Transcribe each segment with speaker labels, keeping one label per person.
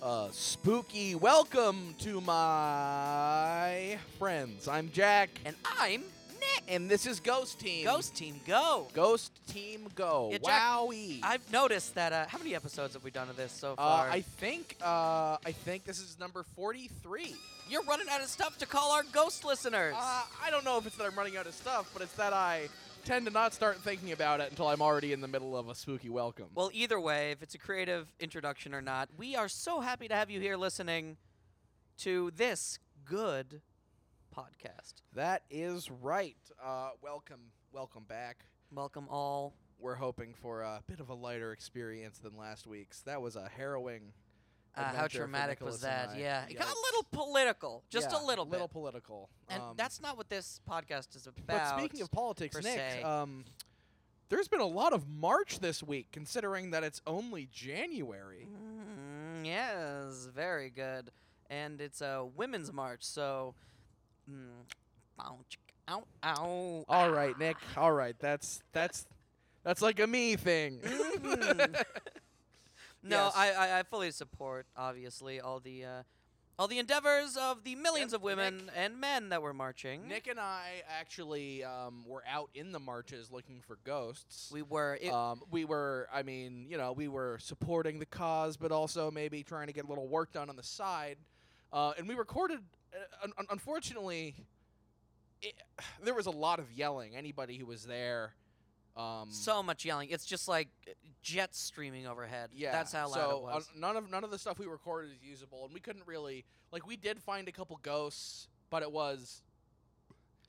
Speaker 1: Uh, spooky welcome to my friends. I'm Jack.
Speaker 2: And I'm Nick.
Speaker 1: And this is Ghost Team.
Speaker 2: Ghost Team Go.
Speaker 1: Ghost Team Go.
Speaker 2: Yeah, Jack,
Speaker 1: Wowie.
Speaker 2: I've noticed that. Uh, how many episodes have we done of this so
Speaker 1: uh,
Speaker 2: far?
Speaker 1: I think uh, I think this is number 43.
Speaker 2: You're running out of stuff to call our ghost listeners.
Speaker 1: Uh, I don't know if it's that I'm running out of stuff, but it's that I tend to not start thinking about it until I'm already in the middle of a spooky welcome.
Speaker 2: well, either way, if it's a creative introduction or not, we are so happy to have you here listening to this good podcast.
Speaker 1: that is right. Uh, welcome, welcome back.
Speaker 2: Welcome all.
Speaker 1: We're hoping for a bit of a lighter experience than last week's. That was a harrowing.
Speaker 2: Uh, how
Speaker 1: adventure for
Speaker 2: traumatic was
Speaker 1: Nicholas and
Speaker 2: that?
Speaker 1: I.
Speaker 2: Yeah. It got a
Speaker 1: Yikes.
Speaker 2: little political, just
Speaker 1: Yeah,
Speaker 2: a little bit.
Speaker 1: little political.
Speaker 2: and
Speaker 1: Um,
Speaker 2: that's not what this podcast is about.
Speaker 1: But speaking of politics,
Speaker 2: per se.
Speaker 1: Nick, um, there's been a lot of March this week, considering that it's only January.
Speaker 2: Mm, yes, very good. And it's a women's march, so. Mm, ow, chick- ow, ow.
Speaker 1: All right, Nick. All right, that's that's that's like a me thing.
Speaker 2: Mm-hmm. No,
Speaker 1: yes.
Speaker 2: I, I, I fully support, obviously, all the. Uh, all the endeavors of the millions
Speaker 1: Yep,
Speaker 2: of women
Speaker 1: Nick.
Speaker 2: and men that were marching.
Speaker 1: Nick and I actually um, were out in the marches looking for ghosts.
Speaker 2: we were. It,
Speaker 1: um, we were, I mean, you know, we were supporting the cause, but also maybe trying to get a little work done on the side. Uh, and we recorded. Uh, un- un- unfortunately, it, there was a lot of yelling. Anybody who was there. Um,
Speaker 2: so much yelling. It's just like uh, jets streaming overhead.
Speaker 1: yeah,
Speaker 2: That's how loud
Speaker 1: so
Speaker 2: it was.
Speaker 1: uh, none of none of the stuff we recorded is usable, and we couldn't really like we did find a couple ghosts, but it was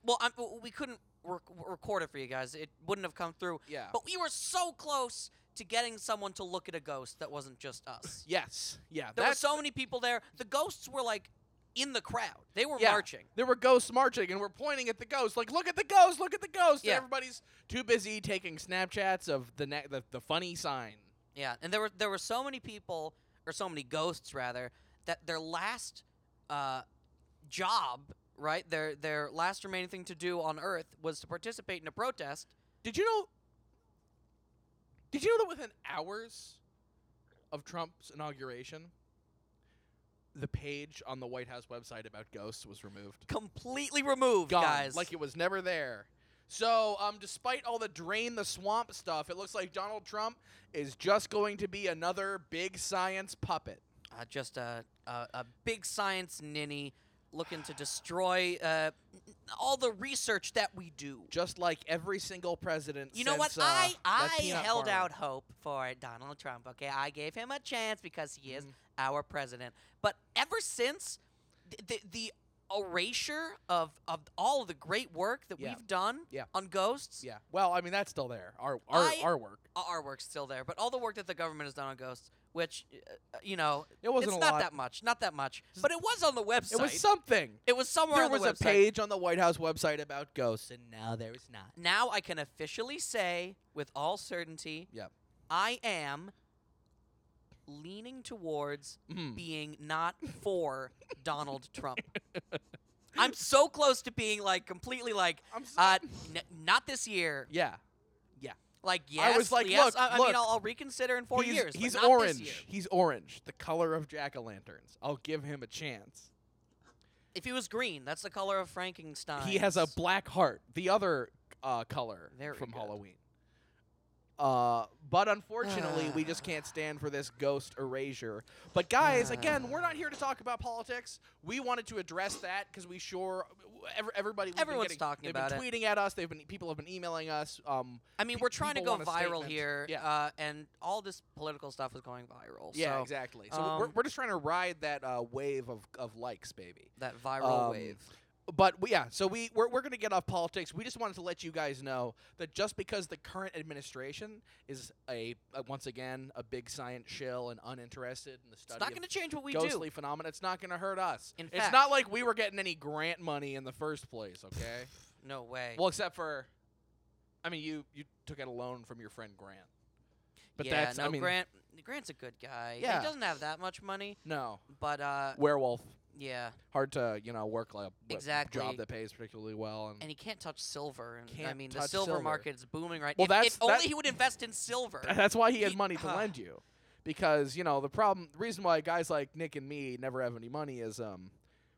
Speaker 2: well, I'm, w- we couldn't rec- record it for you guys. It wouldn't have come through.
Speaker 1: yeah.
Speaker 2: But we were so close to getting someone to look at a ghost that wasn't just us.
Speaker 1: yes, yeah.
Speaker 2: There were
Speaker 1: that's-
Speaker 2: so many people there. The ghosts were like in the crowd. They were
Speaker 1: Yeah.
Speaker 2: marching.
Speaker 1: There were ghosts marching, and we're pointing at the ghost, like, look at the ghost, look at the ghost.
Speaker 2: Yeah.
Speaker 1: And everybody's too busy taking Snapchats of the, ne- the the funny sign.
Speaker 2: Yeah, and there were there were so many people or so many ghosts rather that their last uh, job, right? Their their last remaining thing to do on Earth was to participate in a protest.
Speaker 1: Did you know? Did you know that within hours of Trump's inauguration, the page on the White House website about ghosts was removed?
Speaker 2: Completely removed,
Speaker 1: Gone,
Speaker 2: guys.
Speaker 1: like it was never there. So, um, despite all the drain the swamp stuff, it looks like Donald Trump is just going to be another big science puppet.
Speaker 2: uh, just a, a a big science ninny looking to destroy uh, all the research that we do.
Speaker 1: just like every single president.
Speaker 2: You know what?
Speaker 1: since, uh,
Speaker 2: I
Speaker 1: that
Speaker 2: I
Speaker 1: peanut
Speaker 2: held
Speaker 1: farmer.
Speaker 2: out hope for Donald Trump. Okay, I gave him a chance because he
Speaker 1: Mm-hmm. Mm.
Speaker 2: is our president. But ever since the the, the erasure of of all of the great work that
Speaker 1: Yeah.
Speaker 2: we've done
Speaker 1: Yeah.
Speaker 2: on ghosts,
Speaker 1: Yeah. Well, I mean that's still there. Our our,
Speaker 2: I-
Speaker 1: our work.
Speaker 2: uh, our work's still there. But all the work that the government has done on ghosts, which uh, you know,
Speaker 1: It wasn't
Speaker 2: it's
Speaker 1: a
Speaker 2: not
Speaker 1: lot.
Speaker 2: that much, not that much. But it was on the website.
Speaker 1: It was something.
Speaker 2: It was somewhere
Speaker 1: there
Speaker 2: on the
Speaker 1: was a
Speaker 2: website.
Speaker 1: page on the White House website about ghosts, and now there is not.
Speaker 2: Now I can officially say with all certainty
Speaker 1: Yep.
Speaker 2: I am leaning towards
Speaker 1: Mhm.
Speaker 2: being not for Donald Trump. I'm so close to being like completely like
Speaker 1: I'm so-
Speaker 2: uh, n- not this year.
Speaker 1: Yeah. Yeah.
Speaker 2: Like yes,
Speaker 1: was like,
Speaker 2: yes.
Speaker 1: look,
Speaker 2: I, I mean,
Speaker 1: look.
Speaker 2: I'll, I'll reconsider in four
Speaker 1: he's
Speaker 2: years. but
Speaker 1: he's
Speaker 2: not
Speaker 1: orange.
Speaker 2: This year.
Speaker 1: He's orange, the color of jack o' lanterns. I'll give him a chance.
Speaker 2: If he was green, that's the color of Frankenstein.
Speaker 1: He has a black heart, the other uh, color
Speaker 2: Very
Speaker 1: from
Speaker 2: good.
Speaker 1: Halloween. Uh, but unfortunately, we just can't stand for this ghost erasure. but guys, again, we're not here to talk about politics. We wanted to address that because we sure ev- everybody we've
Speaker 2: Everyone's
Speaker 1: been getting,
Speaker 2: talking
Speaker 1: they've
Speaker 2: about
Speaker 1: been
Speaker 2: it.
Speaker 1: tweeting at us. They've been people have been emailing us. Um,
Speaker 2: I mean,
Speaker 1: pe-
Speaker 2: we're trying to
Speaker 1: people
Speaker 2: go
Speaker 1: want a
Speaker 2: viral
Speaker 1: statement.
Speaker 2: here,
Speaker 1: Yeah.
Speaker 2: uh, and all this political stuff is going viral.
Speaker 1: yeah,
Speaker 2: so
Speaker 1: exactly. So we're,
Speaker 2: um,
Speaker 1: we're just trying to ride that uh, wave of of likes, baby.
Speaker 2: That viral
Speaker 1: Um,
Speaker 2: wave.
Speaker 1: but we, yeah, so we we're, we're going to get off politics. We just wanted to let you guys know that just because the current administration is a, uh once again a big science shill and uninterested in the study
Speaker 2: It's not
Speaker 1: of
Speaker 2: going to change what we do.
Speaker 1: ghostly phenomena, it's not going to hurt us.
Speaker 2: In
Speaker 1: it's
Speaker 2: fact-
Speaker 1: not like we were getting any grant money in the first place, okay?
Speaker 2: No way.
Speaker 1: well, except for, I mean, you you took out a loan from your friend Grant, but
Speaker 2: yeah,
Speaker 1: that's
Speaker 2: no,
Speaker 1: I mean
Speaker 2: Grant. Grant's a good guy.
Speaker 1: Yeah.
Speaker 2: he doesn't have that much money,
Speaker 1: no
Speaker 2: but uh,
Speaker 1: werewolf.
Speaker 2: yeah,
Speaker 1: Hard to you know work like a w-
Speaker 2: Exactly.
Speaker 1: job that pays particularly well and.
Speaker 2: and he can't touch silver. And I
Speaker 1: Can't
Speaker 2: mean, the
Speaker 1: touch
Speaker 2: silver,
Speaker 1: silver.
Speaker 2: market is booming right.
Speaker 1: Well,
Speaker 2: if,
Speaker 1: that's-
Speaker 2: if only
Speaker 1: that-
Speaker 2: he would invest in silver.
Speaker 1: That's why he had
Speaker 2: He-
Speaker 1: money to
Speaker 2: ah.
Speaker 1: lend you. because you know the problem, the reason why guys like Nick and me never have any money is um,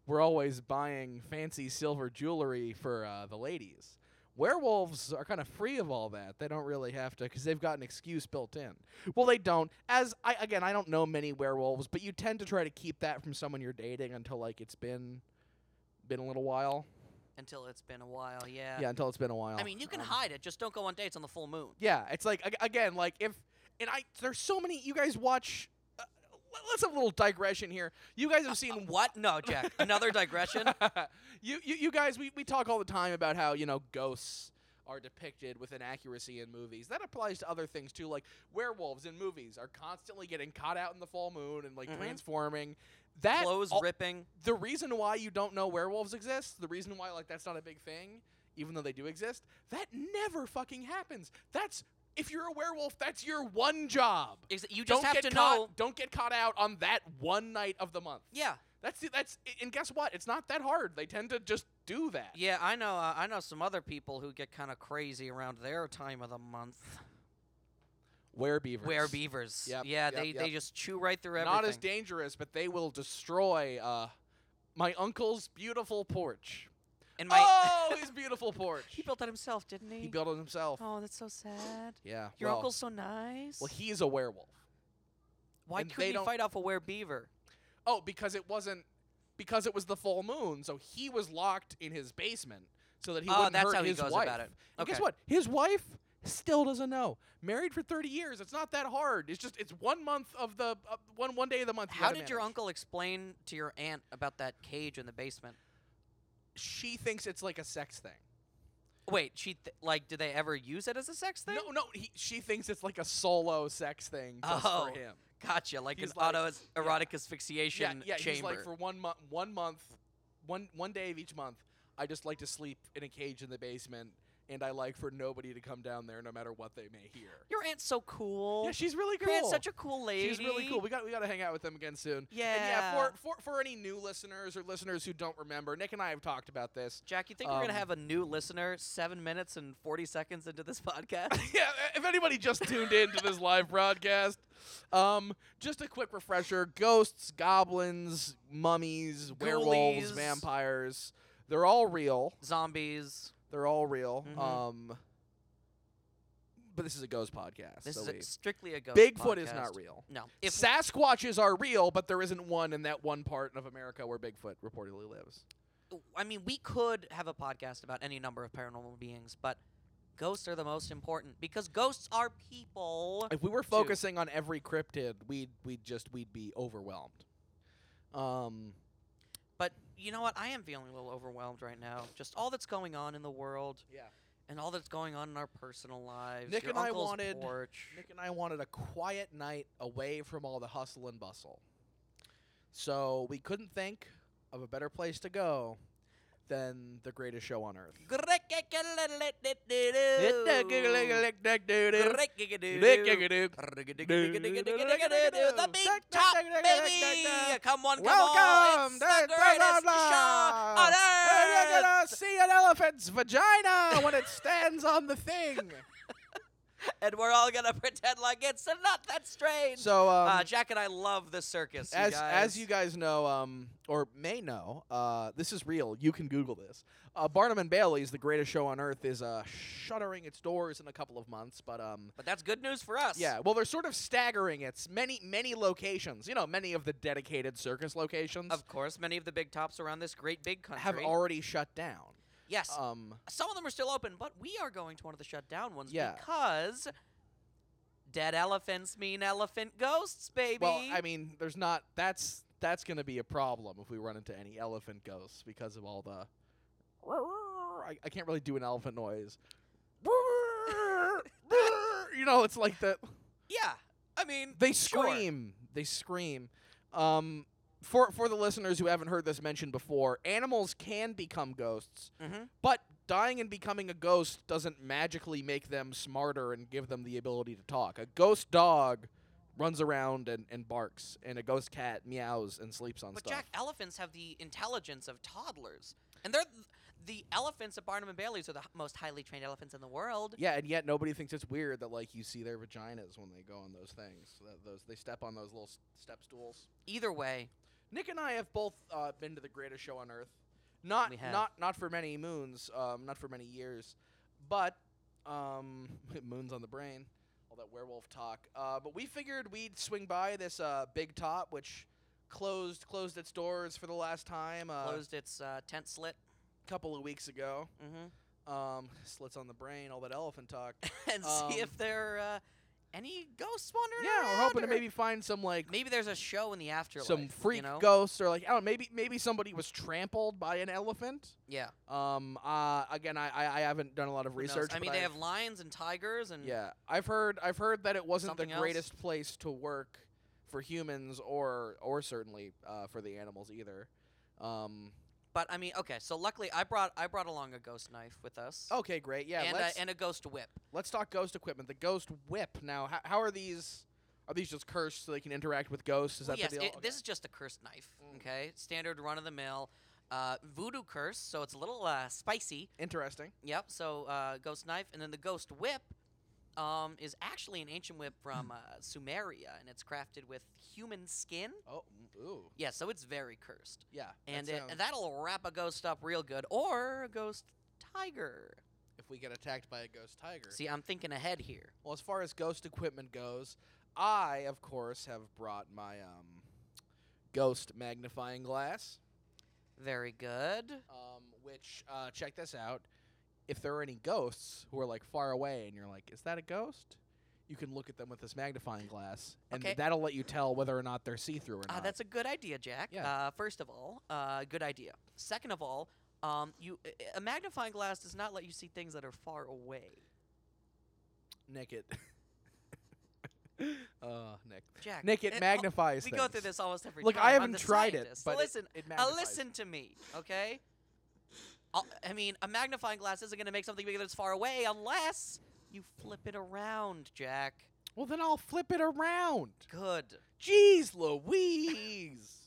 Speaker 1: we're always buying fancy silver jewelry for uh, the ladies. Werewolves are kind of free of all that. They don't really have to because they've got an excuse built in. Well, they don't. As I again, I don't know many werewolves, but you tend to try to keep that from someone you're dating until like it's been been a little while.
Speaker 2: until it's been a while. Yeah.
Speaker 1: Yeah, until it's been a while.
Speaker 2: I mean, you can
Speaker 1: Um,
Speaker 2: hide it. Just don't go on dates on the full moon.
Speaker 1: Yeah, it's like ag- again, like if and I there's so many you guys watch. Uh, let- let's have a little digression here. You guys have
Speaker 2: Uh,
Speaker 1: seen
Speaker 2: What? No, Jack. Another digression.
Speaker 1: you, you you guys we, we talk all the time about how you know ghosts are depicted with inaccuracy in movies that applies to other things too like werewolves in movies are constantly getting caught out in the full moon and like
Speaker 2: Mhm.
Speaker 1: transforming that
Speaker 2: Clothes
Speaker 1: all-
Speaker 2: ripping.
Speaker 1: the reason why you don't know werewolves exist the reason why like that's not a big thing even though they do exist that never fucking happens that's if you're a werewolf that's your one job
Speaker 2: Ex- You just
Speaker 1: don't
Speaker 2: have
Speaker 1: get
Speaker 2: to
Speaker 1: caught,
Speaker 2: know.
Speaker 1: don't get caught out on that one night of the month
Speaker 2: Yeah.
Speaker 1: that's the, that's and guess what? It's not that hard. They tend to just do that.
Speaker 2: Yeah, I know. Uh, I know some other people who get kind of crazy around their time of the month.
Speaker 1: Where beavers.
Speaker 2: Where beavers.
Speaker 1: Yep,
Speaker 2: yeah,
Speaker 1: yep,
Speaker 2: they
Speaker 1: yep.
Speaker 2: they just chew right through everything.
Speaker 1: Not as dangerous, but they will destroy uh, my uncle's beautiful porch.
Speaker 2: and my
Speaker 1: oh, his beautiful porch.
Speaker 2: he built that himself, didn't he?
Speaker 1: He built it himself.
Speaker 2: Oh, that's so sad.
Speaker 1: Yeah.
Speaker 2: Your
Speaker 1: well,
Speaker 2: uncle's so nice.
Speaker 1: Well, he's a werewolf.
Speaker 2: Why
Speaker 1: and they
Speaker 2: couldn't he
Speaker 1: don't-
Speaker 2: fight off a were beaver?
Speaker 1: Oh, because it wasn't. Because it was the full moon, so he was locked in his basement so that he
Speaker 2: Oh,
Speaker 1: wouldn't
Speaker 2: that's
Speaker 1: hurt
Speaker 2: how he
Speaker 1: his
Speaker 2: goes
Speaker 1: wife.
Speaker 2: about it.
Speaker 1: And guess
Speaker 2: Okay.
Speaker 1: what? His wife still doesn't know. Married for 30 years. It's not that hard. It's just it's one month of the uh, one one day of the month. you
Speaker 2: How
Speaker 1: gotta
Speaker 2: did your
Speaker 1: manage.
Speaker 2: uncle explain to your aunt about that cage in the basement?
Speaker 1: she thinks it's like a sex thing.
Speaker 2: Wait, she th- like did they ever use it as a sex thing?
Speaker 1: No, no, he, she thinks it's like a solo sex thing just
Speaker 2: Oh.
Speaker 1: for him.
Speaker 2: Gotcha, like
Speaker 1: He's
Speaker 2: an
Speaker 1: like-
Speaker 2: auto
Speaker 1: yeah.
Speaker 2: erotic
Speaker 1: Yeah,
Speaker 2: asphyxiation
Speaker 1: yeah.
Speaker 2: chamber.
Speaker 1: He's like for one month, one month, one one day of each month. I just like to sleep in a cage in the basement, and I like for nobody to come down there, no matter what they may hear.
Speaker 2: your aunt's so cool.
Speaker 1: Yeah, she's really cool.
Speaker 2: Your aunt's such a cool lady.
Speaker 1: She's really cool. We got we got to hang out with them again soon.
Speaker 2: Yeah.
Speaker 1: And yeah, for, for for any new listeners or listeners who don't remember, Nick and I have talked about this.
Speaker 2: Jack, you think we're gonna
Speaker 1: Um,
Speaker 2: have a new listener seven minutes and forty seconds into this podcast?
Speaker 1: yeah, if anybody just tuned in to this live broadcast, um, just a quick refresher: ghosts, goblins, mummies, werewolves,
Speaker 2: Ghoulies.
Speaker 1: vampires—they're all real.
Speaker 2: Zombies.
Speaker 1: They're all real.
Speaker 2: Mhm.
Speaker 1: Um, but this is a ghost podcast.
Speaker 2: This
Speaker 1: so
Speaker 2: is a,
Speaker 1: we-
Speaker 2: strictly a ghost.
Speaker 1: Bigfoot is
Speaker 2: podcast.
Speaker 1: not real.
Speaker 2: No. If
Speaker 1: Sasquatches are real, but there isn't one in that one part of America where Bigfoot reportedly lives.
Speaker 2: I mean, we could have a podcast about any number of paranormal beings, but ghosts are the most important because ghosts are people.
Speaker 1: If we were focusing on every cryptid, we'd we'd just we'd be overwhelmed. Um.
Speaker 2: But you know what? I am feeling a little overwhelmed right now. Just all that's going on in the world
Speaker 1: Yeah.
Speaker 2: and all that's going on in our personal lives.
Speaker 1: Nick
Speaker 2: Your
Speaker 1: and I
Speaker 2: uncle's
Speaker 1: wanted-
Speaker 2: porch.
Speaker 1: Nick and I wanted a quiet night away from all the hustle and bustle. So we couldn't think of a better place to go than the greatest show on earth.
Speaker 2: The big top, baby! Come on, come on!
Speaker 1: Welcome
Speaker 2: It's
Speaker 1: to
Speaker 2: the greatest show on
Speaker 1: We're
Speaker 2: earth!
Speaker 1: gonna see an elephant's vagina when it stands on the thing.
Speaker 2: and we're all gonna pretend like it's not that strange.
Speaker 1: So um,
Speaker 2: uh, Jack and I love the circus.
Speaker 1: as
Speaker 2: you guys.
Speaker 1: as you guys know, um, or may know, uh, this is real. You can Google this. Uh, Barnum and Bailey's The Greatest Show on Earth is uh, shuttering its doors in a couple of months, but um,
Speaker 2: but that's good news for us.
Speaker 1: yeah, well, they're sort of staggering its many many locations. You know, many of the dedicated circus locations
Speaker 2: Of course, many of the big tops around this great big country.
Speaker 1: have already shut down.
Speaker 2: yes,
Speaker 1: Um,
Speaker 2: some of them are still open, but we are going to one of the shut down ones
Speaker 1: Yeah.
Speaker 2: because dead elephants mean elephant ghosts, baby.
Speaker 1: well, I mean, there's not. That's that's going to be a problem if we run into any elephant ghosts because of all the. I, I can't really do an elephant noise. you know, it's like the
Speaker 2: yeah, I mean
Speaker 1: they
Speaker 2: sure.
Speaker 1: scream. They scream. Um, for for the listeners who haven't heard this mentioned before, animals can become ghosts,
Speaker 2: Mhm.
Speaker 1: but dying and becoming a ghost doesn't magically make them smarter and give them the ability to talk. A ghost dog runs around and, and barks, and a ghost cat meows and sleeps on
Speaker 2: But
Speaker 1: stuff.
Speaker 2: Jack, elephants have the intelligence of toddlers, and they're the elephants at Barnum and Bailey's are the h- most highly trained elephants in the world.
Speaker 1: Yeah, and yet nobody thinks it's weird that like you see their vaginas when they go on those things. That those they step on those little s- step stools.
Speaker 2: Either way,
Speaker 1: Nick and I have both uh, been to the greatest show on earth. Not
Speaker 2: We have.
Speaker 1: not not for many moons, um, not for many years, but um, moons on the brain, all that werewolf talk. Uh, but we figured we'd swing by this uh, big top, which closed closed its doors for the last time a
Speaker 2: closed its uh, tent slit.
Speaker 1: couple of weeks ago.
Speaker 2: hmm
Speaker 1: Um, slits on the brain, all that elephant talk.
Speaker 2: and see if
Speaker 1: Um,
Speaker 2: there are uh, any ghosts wandering
Speaker 1: yeah, we're hoping to
Speaker 2: around, or
Speaker 1: maybe find some like
Speaker 2: Maybe there's a show in the afterlife.
Speaker 1: some freak
Speaker 2: you know?
Speaker 1: ghosts or like I don't know, maybe maybe somebody was trampled by an elephant.
Speaker 2: Yeah.
Speaker 1: Um. Uh. Again, I I, I haven't done a lot of
Speaker 2: who knows?
Speaker 1: research.
Speaker 2: I mean,
Speaker 1: but
Speaker 2: they
Speaker 1: I've-
Speaker 2: have lions and tigers and
Speaker 1: Yeah, I've heard I've heard that it wasn't the
Speaker 2: Something else?
Speaker 1: greatest place to work for humans or or certainly uh, for the animals either. Um.
Speaker 2: But I mean, okay. So luckily, I brought I brought along a ghost knife with us.
Speaker 1: Okay. Great. Oh, Yeah.
Speaker 2: and
Speaker 1: let's
Speaker 2: a, and a ghost whip.
Speaker 1: let's talk ghost equipment. The ghost whip. Now, how, how are these? Are these just cursed so they can interact with ghosts? Is
Speaker 2: Well,
Speaker 1: that
Speaker 2: yes,
Speaker 1: the deal?
Speaker 2: it- this is just a cursed knife.
Speaker 1: Mm.
Speaker 2: Okay, standard run of the mill, uh, voodoo curse. So it's a little uh, spicy.
Speaker 1: interesting.
Speaker 2: Yep. So uh, ghost knife, and then the ghost whip um, is actually an ancient whip from uh, Sumeria, and it's crafted with human skin.
Speaker 1: Oh. mm, Ooh.
Speaker 2: Yeah, so it's very cursed,
Speaker 1: Yeah.
Speaker 2: and
Speaker 1: that
Speaker 2: it,
Speaker 1: sounds-
Speaker 2: that'll wrap a ghost up real good, or a ghost tiger.
Speaker 1: if we get attacked by a ghost tiger.
Speaker 2: See, I'm thinking ahead here.
Speaker 1: Well, as far as ghost equipment goes, I, of course, have brought my um, ghost magnifying glass,
Speaker 2: Very good.
Speaker 1: um, which, uh, check this out. If there are any ghosts who are like far away and you're like, is that a ghost? You can look at them with this magnifying glass, and
Speaker 2: Okay.
Speaker 1: that'll let you tell whether or not they're see through or
Speaker 2: Ah,
Speaker 1: not.
Speaker 2: that's a good idea, Jack.
Speaker 1: Yeah.
Speaker 2: Uh, first of all, uh, good idea. Second of all, um, you a- a- a magnifying glass does not let you see things that are far away.
Speaker 1: Nick it. uh, Nick.
Speaker 2: Jack.
Speaker 1: Nick it
Speaker 2: eh, oh,
Speaker 1: magnifies.
Speaker 2: We
Speaker 1: things.
Speaker 2: go through this almost every
Speaker 1: Look,
Speaker 2: time.
Speaker 1: I
Speaker 2: I'm
Speaker 1: haven't
Speaker 2: the
Speaker 1: tried it,
Speaker 2: scientist.
Speaker 1: but it-
Speaker 2: listen,
Speaker 1: It
Speaker 2: uh,
Speaker 1: magnifies.
Speaker 2: listen to me, okay? Uh, I mean, a magnifying glass isn't going to make something bigger that's far away unless you flip it around, Jack.
Speaker 1: Well, then I'll flip it around.
Speaker 2: Good.
Speaker 1: Jeez, Louise.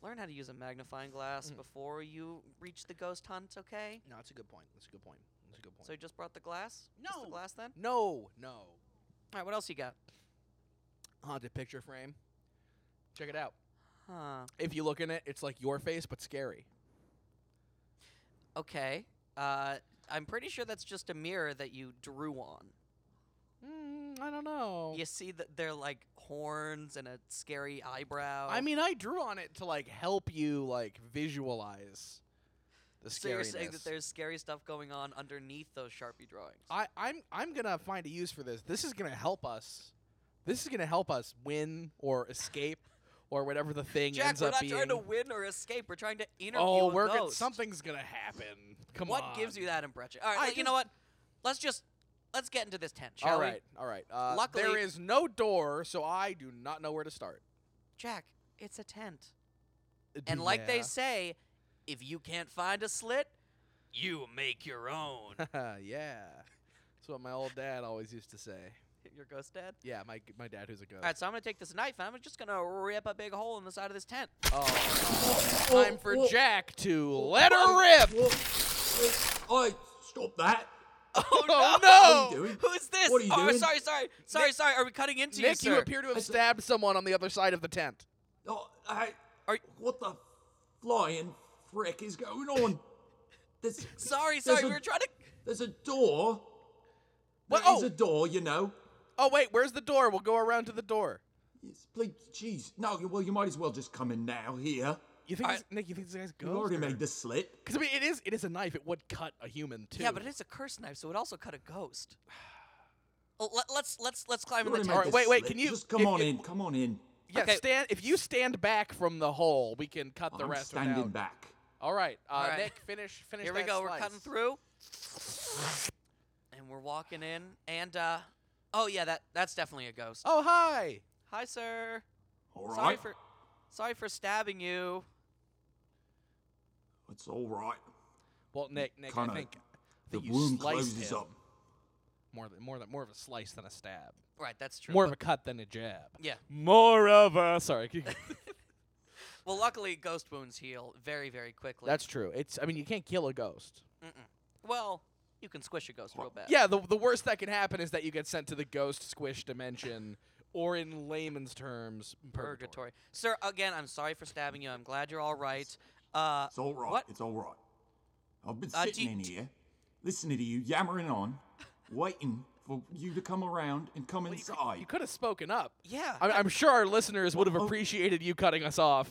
Speaker 2: Learn how to use a magnifying glass
Speaker 1: Mm.
Speaker 2: before you reach the ghost hunt, okay?
Speaker 1: No, that's a good point. That's a good point. That's a good point.
Speaker 2: So you just brought the glass? Just
Speaker 1: No.
Speaker 2: the glass then?
Speaker 1: no, no.
Speaker 2: All right, what else you got?
Speaker 1: Haunted picture frame. Check it out.
Speaker 2: Huh.
Speaker 1: If you look in it, it's like your face but scary.
Speaker 2: Okay. Uh, I'm pretty sure that's just a mirror that you drew on.
Speaker 1: Mm, I don't know.
Speaker 2: You see that they're like horns and a scary eyebrow.
Speaker 1: I mean, I drew on it to like help you like visualize the
Speaker 2: so you're saying
Speaker 1: scariness.
Speaker 2: that there's scary stuff going on underneath those Sharpie drawings.
Speaker 1: I, I'm I'm gonna find a use for this. This is gonna help us. This is gonna help us win or escape or whatever the thing
Speaker 2: Jack,
Speaker 1: ends
Speaker 2: we're
Speaker 1: up
Speaker 2: not
Speaker 1: being.
Speaker 2: trying to win or escape. We're trying to interview
Speaker 1: oh,
Speaker 2: a
Speaker 1: we're gonna,
Speaker 2: ghost.
Speaker 1: something's gonna happen. Come
Speaker 2: what
Speaker 1: on.
Speaker 2: gives you that impression? All right,
Speaker 1: I
Speaker 2: like, you know what? Let's just let's get into this tent, shall
Speaker 1: all
Speaker 2: we?
Speaker 1: right, all right. Uh, there
Speaker 2: Luckily-
Speaker 1: is no door, so I do not know where to start.
Speaker 2: Jack, it's a tent.
Speaker 1: Uh,
Speaker 2: And like they say, if you can't find a slit, you make your own.
Speaker 1: yeah. That's what my old dad always used to say.
Speaker 2: your ghost dad.
Speaker 1: Yeah, my my dad who's a ghost.
Speaker 2: All right, so I'm gonna take this knife and I'm just gonna rip a big hole in the side of this tent.
Speaker 1: Oh, uh, time for Jack to let her
Speaker 3: Oi,
Speaker 1: rip.
Speaker 3: Oi, oi, stop that.
Speaker 2: Oh
Speaker 1: Oh,
Speaker 3: no! What are you doing?
Speaker 2: Who's this?
Speaker 3: What are you
Speaker 2: oh,
Speaker 3: doing?
Speaker 2: sorry, sorry, sorry, sorry. Are we cutting into you,
Speaker 1: Nick,
Speaker 2: sir?
Speaker 1: you appear to have
Speaker 3: That's-
Speaker 1: stabbed someone on the other side of the tent.
Speaker 3: Oh, hey,
Speaker 2: Are-
Speaker 3: what the flying frick is going on? There's,
Speaker 2: sorry,
Speaker 3: there's
Speaker 2: sorry.
Speaker 3: a-
Speaker 2: We were trying to.
Speaker 3: There's a door.
Speaker 1: What-
Speaker 3: There is
Speaker 1: oh.
Speaker 3: a door, you know.
Speaker 1: Oh wait, where's the door? We'll go around to the door.
Speaker 3: Yes, please, jeez. No, you- well, you might as well just come in now. Here,
Speaker 1: You think
Speaker 2: I-
Speaker 1: this, Nick? You think this guy's
Speaker 3: you already
Speaker 1: ghost?
Speaker 3: made the slit.
Speaker 1: Because I mean, it is it is a knife. It would cut a human too.
Speaker 2: Yeah, but it is a curse knife, so it also cut a ghost. Oh, let, let's let's let's climb
Speaker 3: You
Speaker 2: in the
Speaker 3: already
Speaker 2: tent.
Speaker 3: made
Speaker 1: Alright,
Speaker 3: the
Speaker 1: wait, wait,
Speaker 3: slit.
Speaker 1: can you-
Speaker 3: just come
Speaker 1: if-
Speaker 3: on
Speaker 1: if-
Speaker 3: in? Come on in.
Speaker 1: Yeah,
Speaker 2: okay.
Speaker 1: stand. If you stand back from the hole, we can cut the
Speaker 3: I'm
Speaker 1: rest.
Speaker 3: standing
Speaker 1: without-
Speaker 3: back.
Speaker 1: All right, uh,
Speaker 2: All right.
Speaker 1: Nick, finish finish.
Speaker 2: Here we
Speaker 1: that
Speaker 2: go. We're
Speaker 1: slice.
Speaker 2: cutting through, and we're walking in. And uh, oh yeah, that that's definitely a ghost.
Speaker 1: Oh hi.
Speaker 2: Hi, sir.
Speaker 3: All right.
Speaker 2: Sorry for sorry for stabbing you.
Speaker 3: It's all right.
Speaker 1: Well, Nick, Nick,
Speaker 3: Kinda-
Speaker 1: I think I
Speaker 3: The
Speaker 1: think you
Speaker 3: wound
Speaker 1: sliced
Speaker 3: closes
Speaker 1: him.
Speaker 3: up.
Speaker 1: More than more than more of a slice than a stab.
Speaker 2: Right, that's true.
Speaker 1: More
Speaker 2: but-
Speaker 1: of a cut than a jab.
Speaker 2: yeah.
Speaker 1: More of a sorry. keep-
Speaker 2: Well, luckily, ghost wounds heal very, very quickly.
Speaker 1: That's true. It's I mean you can't kill a ghost.
Speaker 2: Mm-mm. well. You can squish a ghost real bad.
Speaker 1: Yeah, the the worst that can happen is that you get sent to the ghost squish dimension or in layman's terms purgatory.
Speaker 2: Purgatory. Sir, again, I'm sorry for stabbing you. I'm glad you're all right. Uh,
Speaker 3: It's all right.
Speaker 2: What?
Speaker 3: It's all right. I've been
Speaker 2: Uh, do
Speaker 3: sitting
Speaker 2: you-
Speaker 3: in here, listening to you yammering on, waiting for you to come around and come inside.
Speaker 1: You could have spoken up.
Speaker 2: yeah.
Speaker 1: I, I'm sure our listeners would have
Speaker 3: Oh.
Speaker 1: appreciated you cutting us off.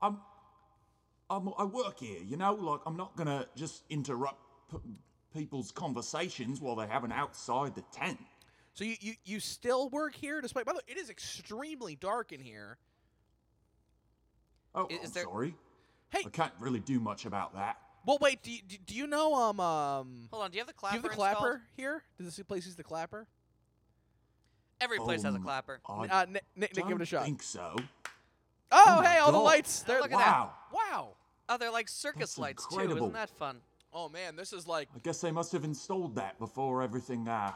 Speaker 3: I'm, I'm, I work here, you know. Like, I'm not gonna just interrupt p- people's conversations while they're having outside the tent.
Speaker 1: So you, you, you still work here despite by the way, it is extremely dark in here.
Speaker 3: Oh,
Speaker 2: I- is
Speaker 3: I'm
Speaker 2: there-
Speaker 3: sorry.
Speaker 1: Hey.
Speaker 3: I can't really do much about that.
Speaker 1: Well wait, do you, do- do you know um um
Speaker 2: Hold on. Do you have the
Speaker 1: do you
Speaker 2: clapper?
Speaker 1: have the
Speaker 2: installed?
Speaker 1: clapper here? Does this place use the clapper?
Speaker 2: Every place has a
Speaker 3: Um,
Speaker 2: clapper.
Speaker 3: I
Speaker 1: uh, Nick, Nick, Nick,
Speaker 3: don't
Speaker 1: give it a shot.
Speaker 3: think so.
Speaker 1: Oh,
Speaker 3: Oh my
Speaker 1: hey, all the
Speaker 3: God.
Speaker 1: lights! They're,
Speaker 2: Look at that.
Speaker 3: wow.
Speaker 1: Wow.
Speaker 2: Oh, they're like circus
Speaker 3: That's
Speaker 2: lights too.
Speaker 3: incredible.
Speaker 2: Isn't that fun?
Speaker 1: Oh man, this is like
Speaker 3: I guess they must have installed that before everything. Uh,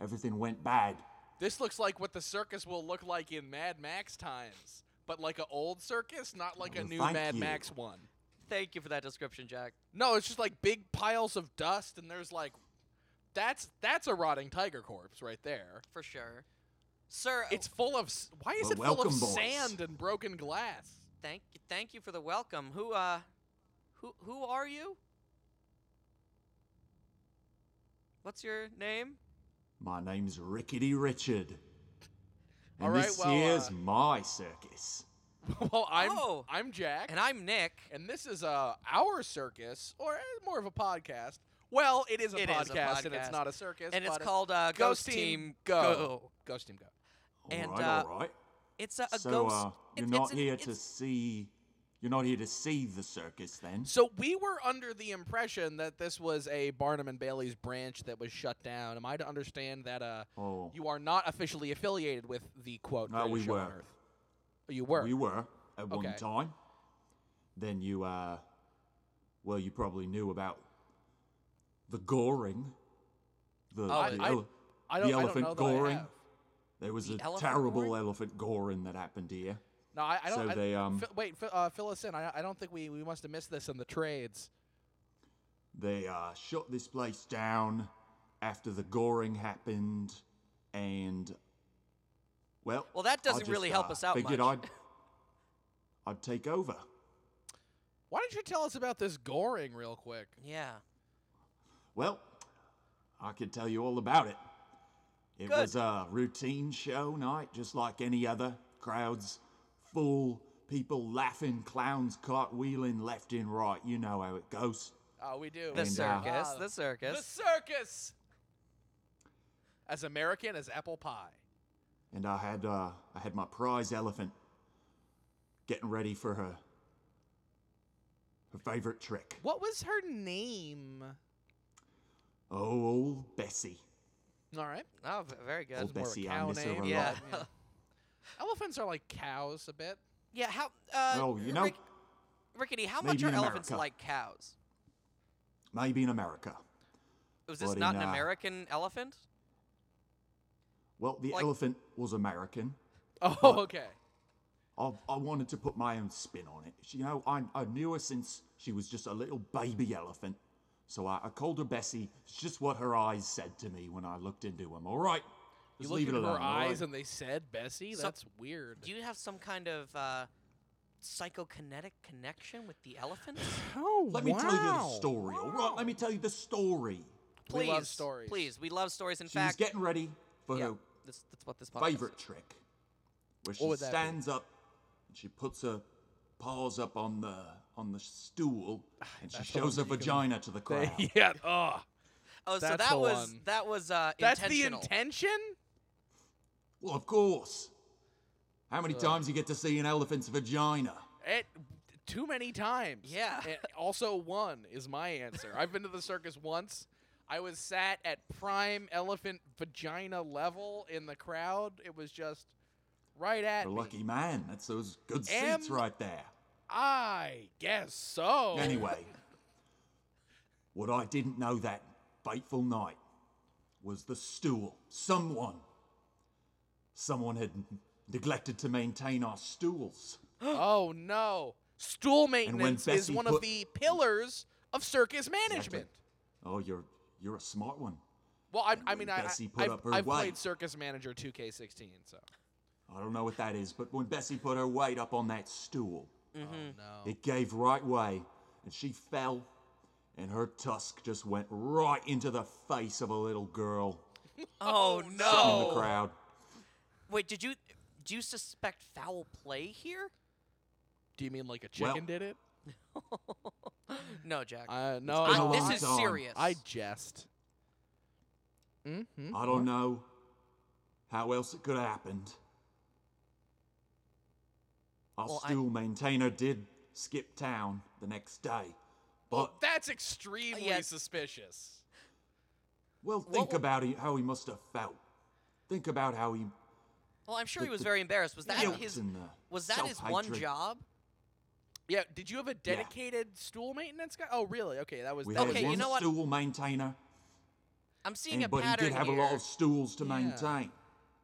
Speaker 3: everything went bad.
Speaker 1: This looks like what the circus will look like in Mad Max times, but like an old circus, not like a
Speaker 3: Oh,
Speaker 1: new
Speaker 3: thank
Speaker 1: Mad
Speaker 3: you.
Speaker 1: Max one.
Speaker 2: Thank you for that description, Jack.
Speaker 1: No, it's just like big piles of dust, and there's like, that's that's a rotting tiger corpse right there.
Speaker 2: For sure. Sir, oh,
Speaker 1: It's full of s- why is
Speaker 3: Well,
Speaker 1: it full of
Speaker 3: welcome, boys.
Speaker 1: sand and broken glass?
Speaker 2: thank you, thank you for the welcome. Who uh who who are you? What's your name?
Speaker 3: My name's Rickety Richard. And
Speaker 1: All right,
Speaker 3: this
Speaker 1: well,
Speaker 3: here's
Speaker 1: uh,
Speaker 3: my circus.
Speaker 1: well, I'm
Speaker 2: Oh.
Speaker 1: I'm Jack,
Speaker 2: And I'm Nick.
Speaker 1: and this is uh, our circus, or uh, more of a podcast. Well, it is a,
Speaker 2: It is
Speaker 1: podcast,
Speaker 2: a
Speaker 1: and it's
Speaker 2: podcast.
Speaker 1: not a circus,
Speaker 2: And it's
Speaker 1: but
Speaker 2: called uh,
Speaker 1: Ghost
Speaker 2: Ghost,
Speaker 1: Team
Speaker 2: Team
Speaker 1: Go. Ghost Team Go.
Speaker 3: All right,
Speaker 2: And, uh,
Speaker 3: all right.
Speaker 2: It's a, a
Speaker 3: so
Speaker 2: ghost.
Speaker 3: uh,
Speaker 2: it-
Speaker 3: you're
Speaker 2: it's
Speaker 3: not
Speaker 2: an-
Speaker 3: here to
Speaker 2: it's-
Speaker 3: see. You're not here to see the circus, then.
Speaker 1: So we were under the impression that this was a Barnum and Bailey's branch that was shut down. Am I to understand that uh,
Speaker 3: Oh,
Speaker 1: you are not officially affiliated with the quote?
Speaker 3: No,
Speaker 1: greatest
Speaker 3: we
Speaker 1: show on
Speaker 3: were.
Speaker 1: Earth? Oh, You were.
Speaker 3: we were at one
Speaker 1: Okay.
Speaker 3: time. Then you, uh, well, you probably knew about the goring. The,
Speaker 2: Oh, I-
Speaker 3: the
Speaker 1: I-
Speaker 3: ele-
Speaker 1: I
Speaker 3: the
Speaker 1: don't. I don't
Speaker 3: elephant
Speaker 1: know that
Speaker 3: goring.
Speaker 1: I have.
Speaker 3: There was
Speaker 2: The
Speaker 3: a
Speaker 2: elephant
Speaker 3: terrible
Speaker 2: goring?
Speaker 3: elephant goring that happened here.
Speaker 1: No, I, I don't.
Speaker 3: So
Speaker 1: I-
Speaker 3: they, um,
Speaker 1: Fi- wait, fi- uh, fill us in. I, I don't think we, we must have missed this in the trades.
Speaker 3: They uh, shut this place down after the goring happened, and well,
Speaker 2: Well, that
Speaker 3: I
Speaker 2: doesn't
Speaker 3: just,
Speaker 2: really help
Speaker 3: uh,
Speaker 2: us out
Speaker 3: Figured
Speaker 2: much.
Speaker 3: I'd I'd take over.
Speaker 1: Why don't you tell us about this goring real quick?
Speaker 2: Yeah.
Speaker 3: Well, I could tell you all about it. It
Speaker 2: Good.
Speaker 3: was a routine show night, just like any other. Crowds full, people laughing, clowns cartwheeling left and right. You know how it goes.
Speaker 1: Oh, we do.
Speaker 2: The
Speaker 3: And, uh,
Speaker 2: circus.
Speaker 1: Ah,
Speaker 2: the
Speaker 1: The
Speaker 2: circus.
Speaker 1: circus. As American as apple pie.
Speaker 3: and I had uh, I had my prize elephant getting ready for her her favorite trick.
Speaker 1: What was her name?
Speaker 3: Oh, old Bessie.
Speaker 1: All right.
Speaker 2: Oh, v- very good.
Speaker 3: Old
Speaker 1: more of a
Speaker 3: Bessie, I
Speaker 1: cow
Speaker 3: miss her
Speaker 1: name,
Speaker 3: a
Speaker 2: yeah.
Speaker 3: lot.
Speaker 1: yeah. Elephants are like cows a bit.
Speaker 2: yeah. How? Uh,
Speaker 3: Oh, you know,
Speaker 2: Rick- Rickety, how much
Speaker 3: maybe
Speaker 2: are
Speaker 3: in
Speaker 2: elephants
Speaker 3: America.
Speaker 2: like cows?
Speaker 3: maybe in America.
Speaker 2: Was this
Speaker 3: But in,
Speaker 2: not an
Speaker 3: uh,
Speaker 2: American elephant?
Speaker 3: Well, the
Speaker 2: Like-
Speaker 3: elephant was American.
Speaker 1: Oh, okay.
Speaker 3: I, I wanted to put my own spin on it. You know, I, I knew her since she was just a little baby elephant. So I, I called her Bessie. It's just what her eyes said to me when I looked into them. All right.
Speaker 1: You
Speaker 3: Just
Speaker 1: look
Speaker 3: leave
Speaker 1: into
Speaker 3: it alone.
Speaker 1: her
Speaker 3: all
Speaker 1: eyes
Speaker 3: right?
Speaker 1: and they said Bessie.
Speaker 2: So-
Speaker 1: That's weird.
Speaker 2: Do you have some kind of uh, psychokinetic connection with the elephants?
Speaker 1: oh,
Speaker 3: Let me tell you the story. All right, let me tell you the story.
Speaker 2: Please,
Speaker 1: We love stories.
Speaker 2: Please, we love stories. In
Speaker 3: She was
Speaker 2: fact,
Speaker 3: getting ready for
Speaker 2: yeah,
Speaker 3: her
Speaker 2: this, that's what this podcast
Speaker 3: favorite trick, where she
Speaker 1: would that be?
Speaker 3: stands up and she puts her paws up on the on the stool and she
Speaker 1: Ah, That's the
Speaker 3: shows her
Speaker 1: one that you can-
Speaker 3: vagina to the crowd.
Speaker 1: yeah. Oh.
Speaker 2: Is. Oh, so
Speaker 1: That's
Speaker 2: that
Speaker 1: the
Speaker 2: was
Speaker 1: one.
Speaker 2: that was uh,
Speaker 1: That's the
Speaker 2: intentional.
Speaker 1: intention?
Speaker 3: Well, of course. How many times you get to see an elephant's vagina?
Speaker 1: It too many times.
Speaker 2: Yeah.
Speaker 1: And also one is my answer. I've been to the circus once. I was sat at prime elephant vagina level in the crowd. It was just right at
Speaker 3: A
Speaker 1: me.
Speaker 3: lucky man. That's those good
Speaker 1: Am-
Speaker 3: seats right there.
Speaker 1: I guess so.
Speaker 3: Anyway, what I didn't know that fateful night was the stool. Someone, someone had neglected to maintain our stools.
Speaker 1: oh no. Stool maintenance is
Speaker 3: Bessie
Speaker 1: one of
Speaker 3: put-
Speaker 1: the pillars of circus management.
Speaker 3: Oh, you're you're a smart one.
Speaker 1: Well, I, I mean, I,
Speaker 3: Bessie
Speaker 1: I,
Speaker 3: put
Speaker 1: I've,
Speaker 3: up her
Speaker 1: I've played
Speaker 3: weight.
Speaker 1: Circus Manager 2K16, so.
Speaker 3: I don't know what that is, but when Bessie put her weight up on that stool,
Speaker 2: Mm-hmm.
Speaker 1: No.
Speaker 3: it gave right way, and she fell, and her tusk just went right into the face of a little girl
Speaker 2: Oh,
Speaker 3: in
Speaker 2: no.
Speaker 3: the crowd.
Speaker 2: Wait, did you do you suspect foul play here?
Speaker 1: Do you mean like a chicken
Speaker 3: Well-
Speaker 1: did it?
Speaker 2: No, Jack.
Speaker 1: Uh, no,
Speaker 2: I-
Speaker 3: been a
Speaker 1: I,
Speaker 2: this
Speaker 3: long
Speaker 2: is
Speaker 3: time.
Speaker 2: serious.
Speaker 1: I jest.
Speaker 2: Hmm?
Speaker 3: I don't know how else it could have happened. Our
Speaker 2: Well, I-
Speaker 3: stool maintainer did skip town the next day, but
Speaker 1: That's extremely
Speaker 2: Yes.
Speaker 1: suspicious.
Speaker 3: well, think about it, how he must have felt. Think about how he
Speaker 2: well, I'm sure he was very embarrassed. Was that
Speaker 3: guilt
Speaker 2: his
Speaker 3: and the
Speaker 2: was that his one
Speaker 3: self-hatred.
Speaker 2: job?
Speaker 1: Yeah, did you have a dedicated stool maintenance guy? Oh, really? Okay, that was
Speaker 3: We
Speaker 1: that
Speaker 3: had
Speaker 1: was-
Speaker 2: Okay, you
Speaker 3: one
Speaker 2: know what?
Speaker 3: stool maintainer,
Speaker 2: I'm seeing
Speaker 3: and,
Speaker 2: a
Speaker 3: but he
Speaker 2: pattern
Speaker 3: did have
Speaker 2: here.
Speaker 3: a lot of stools to maintain.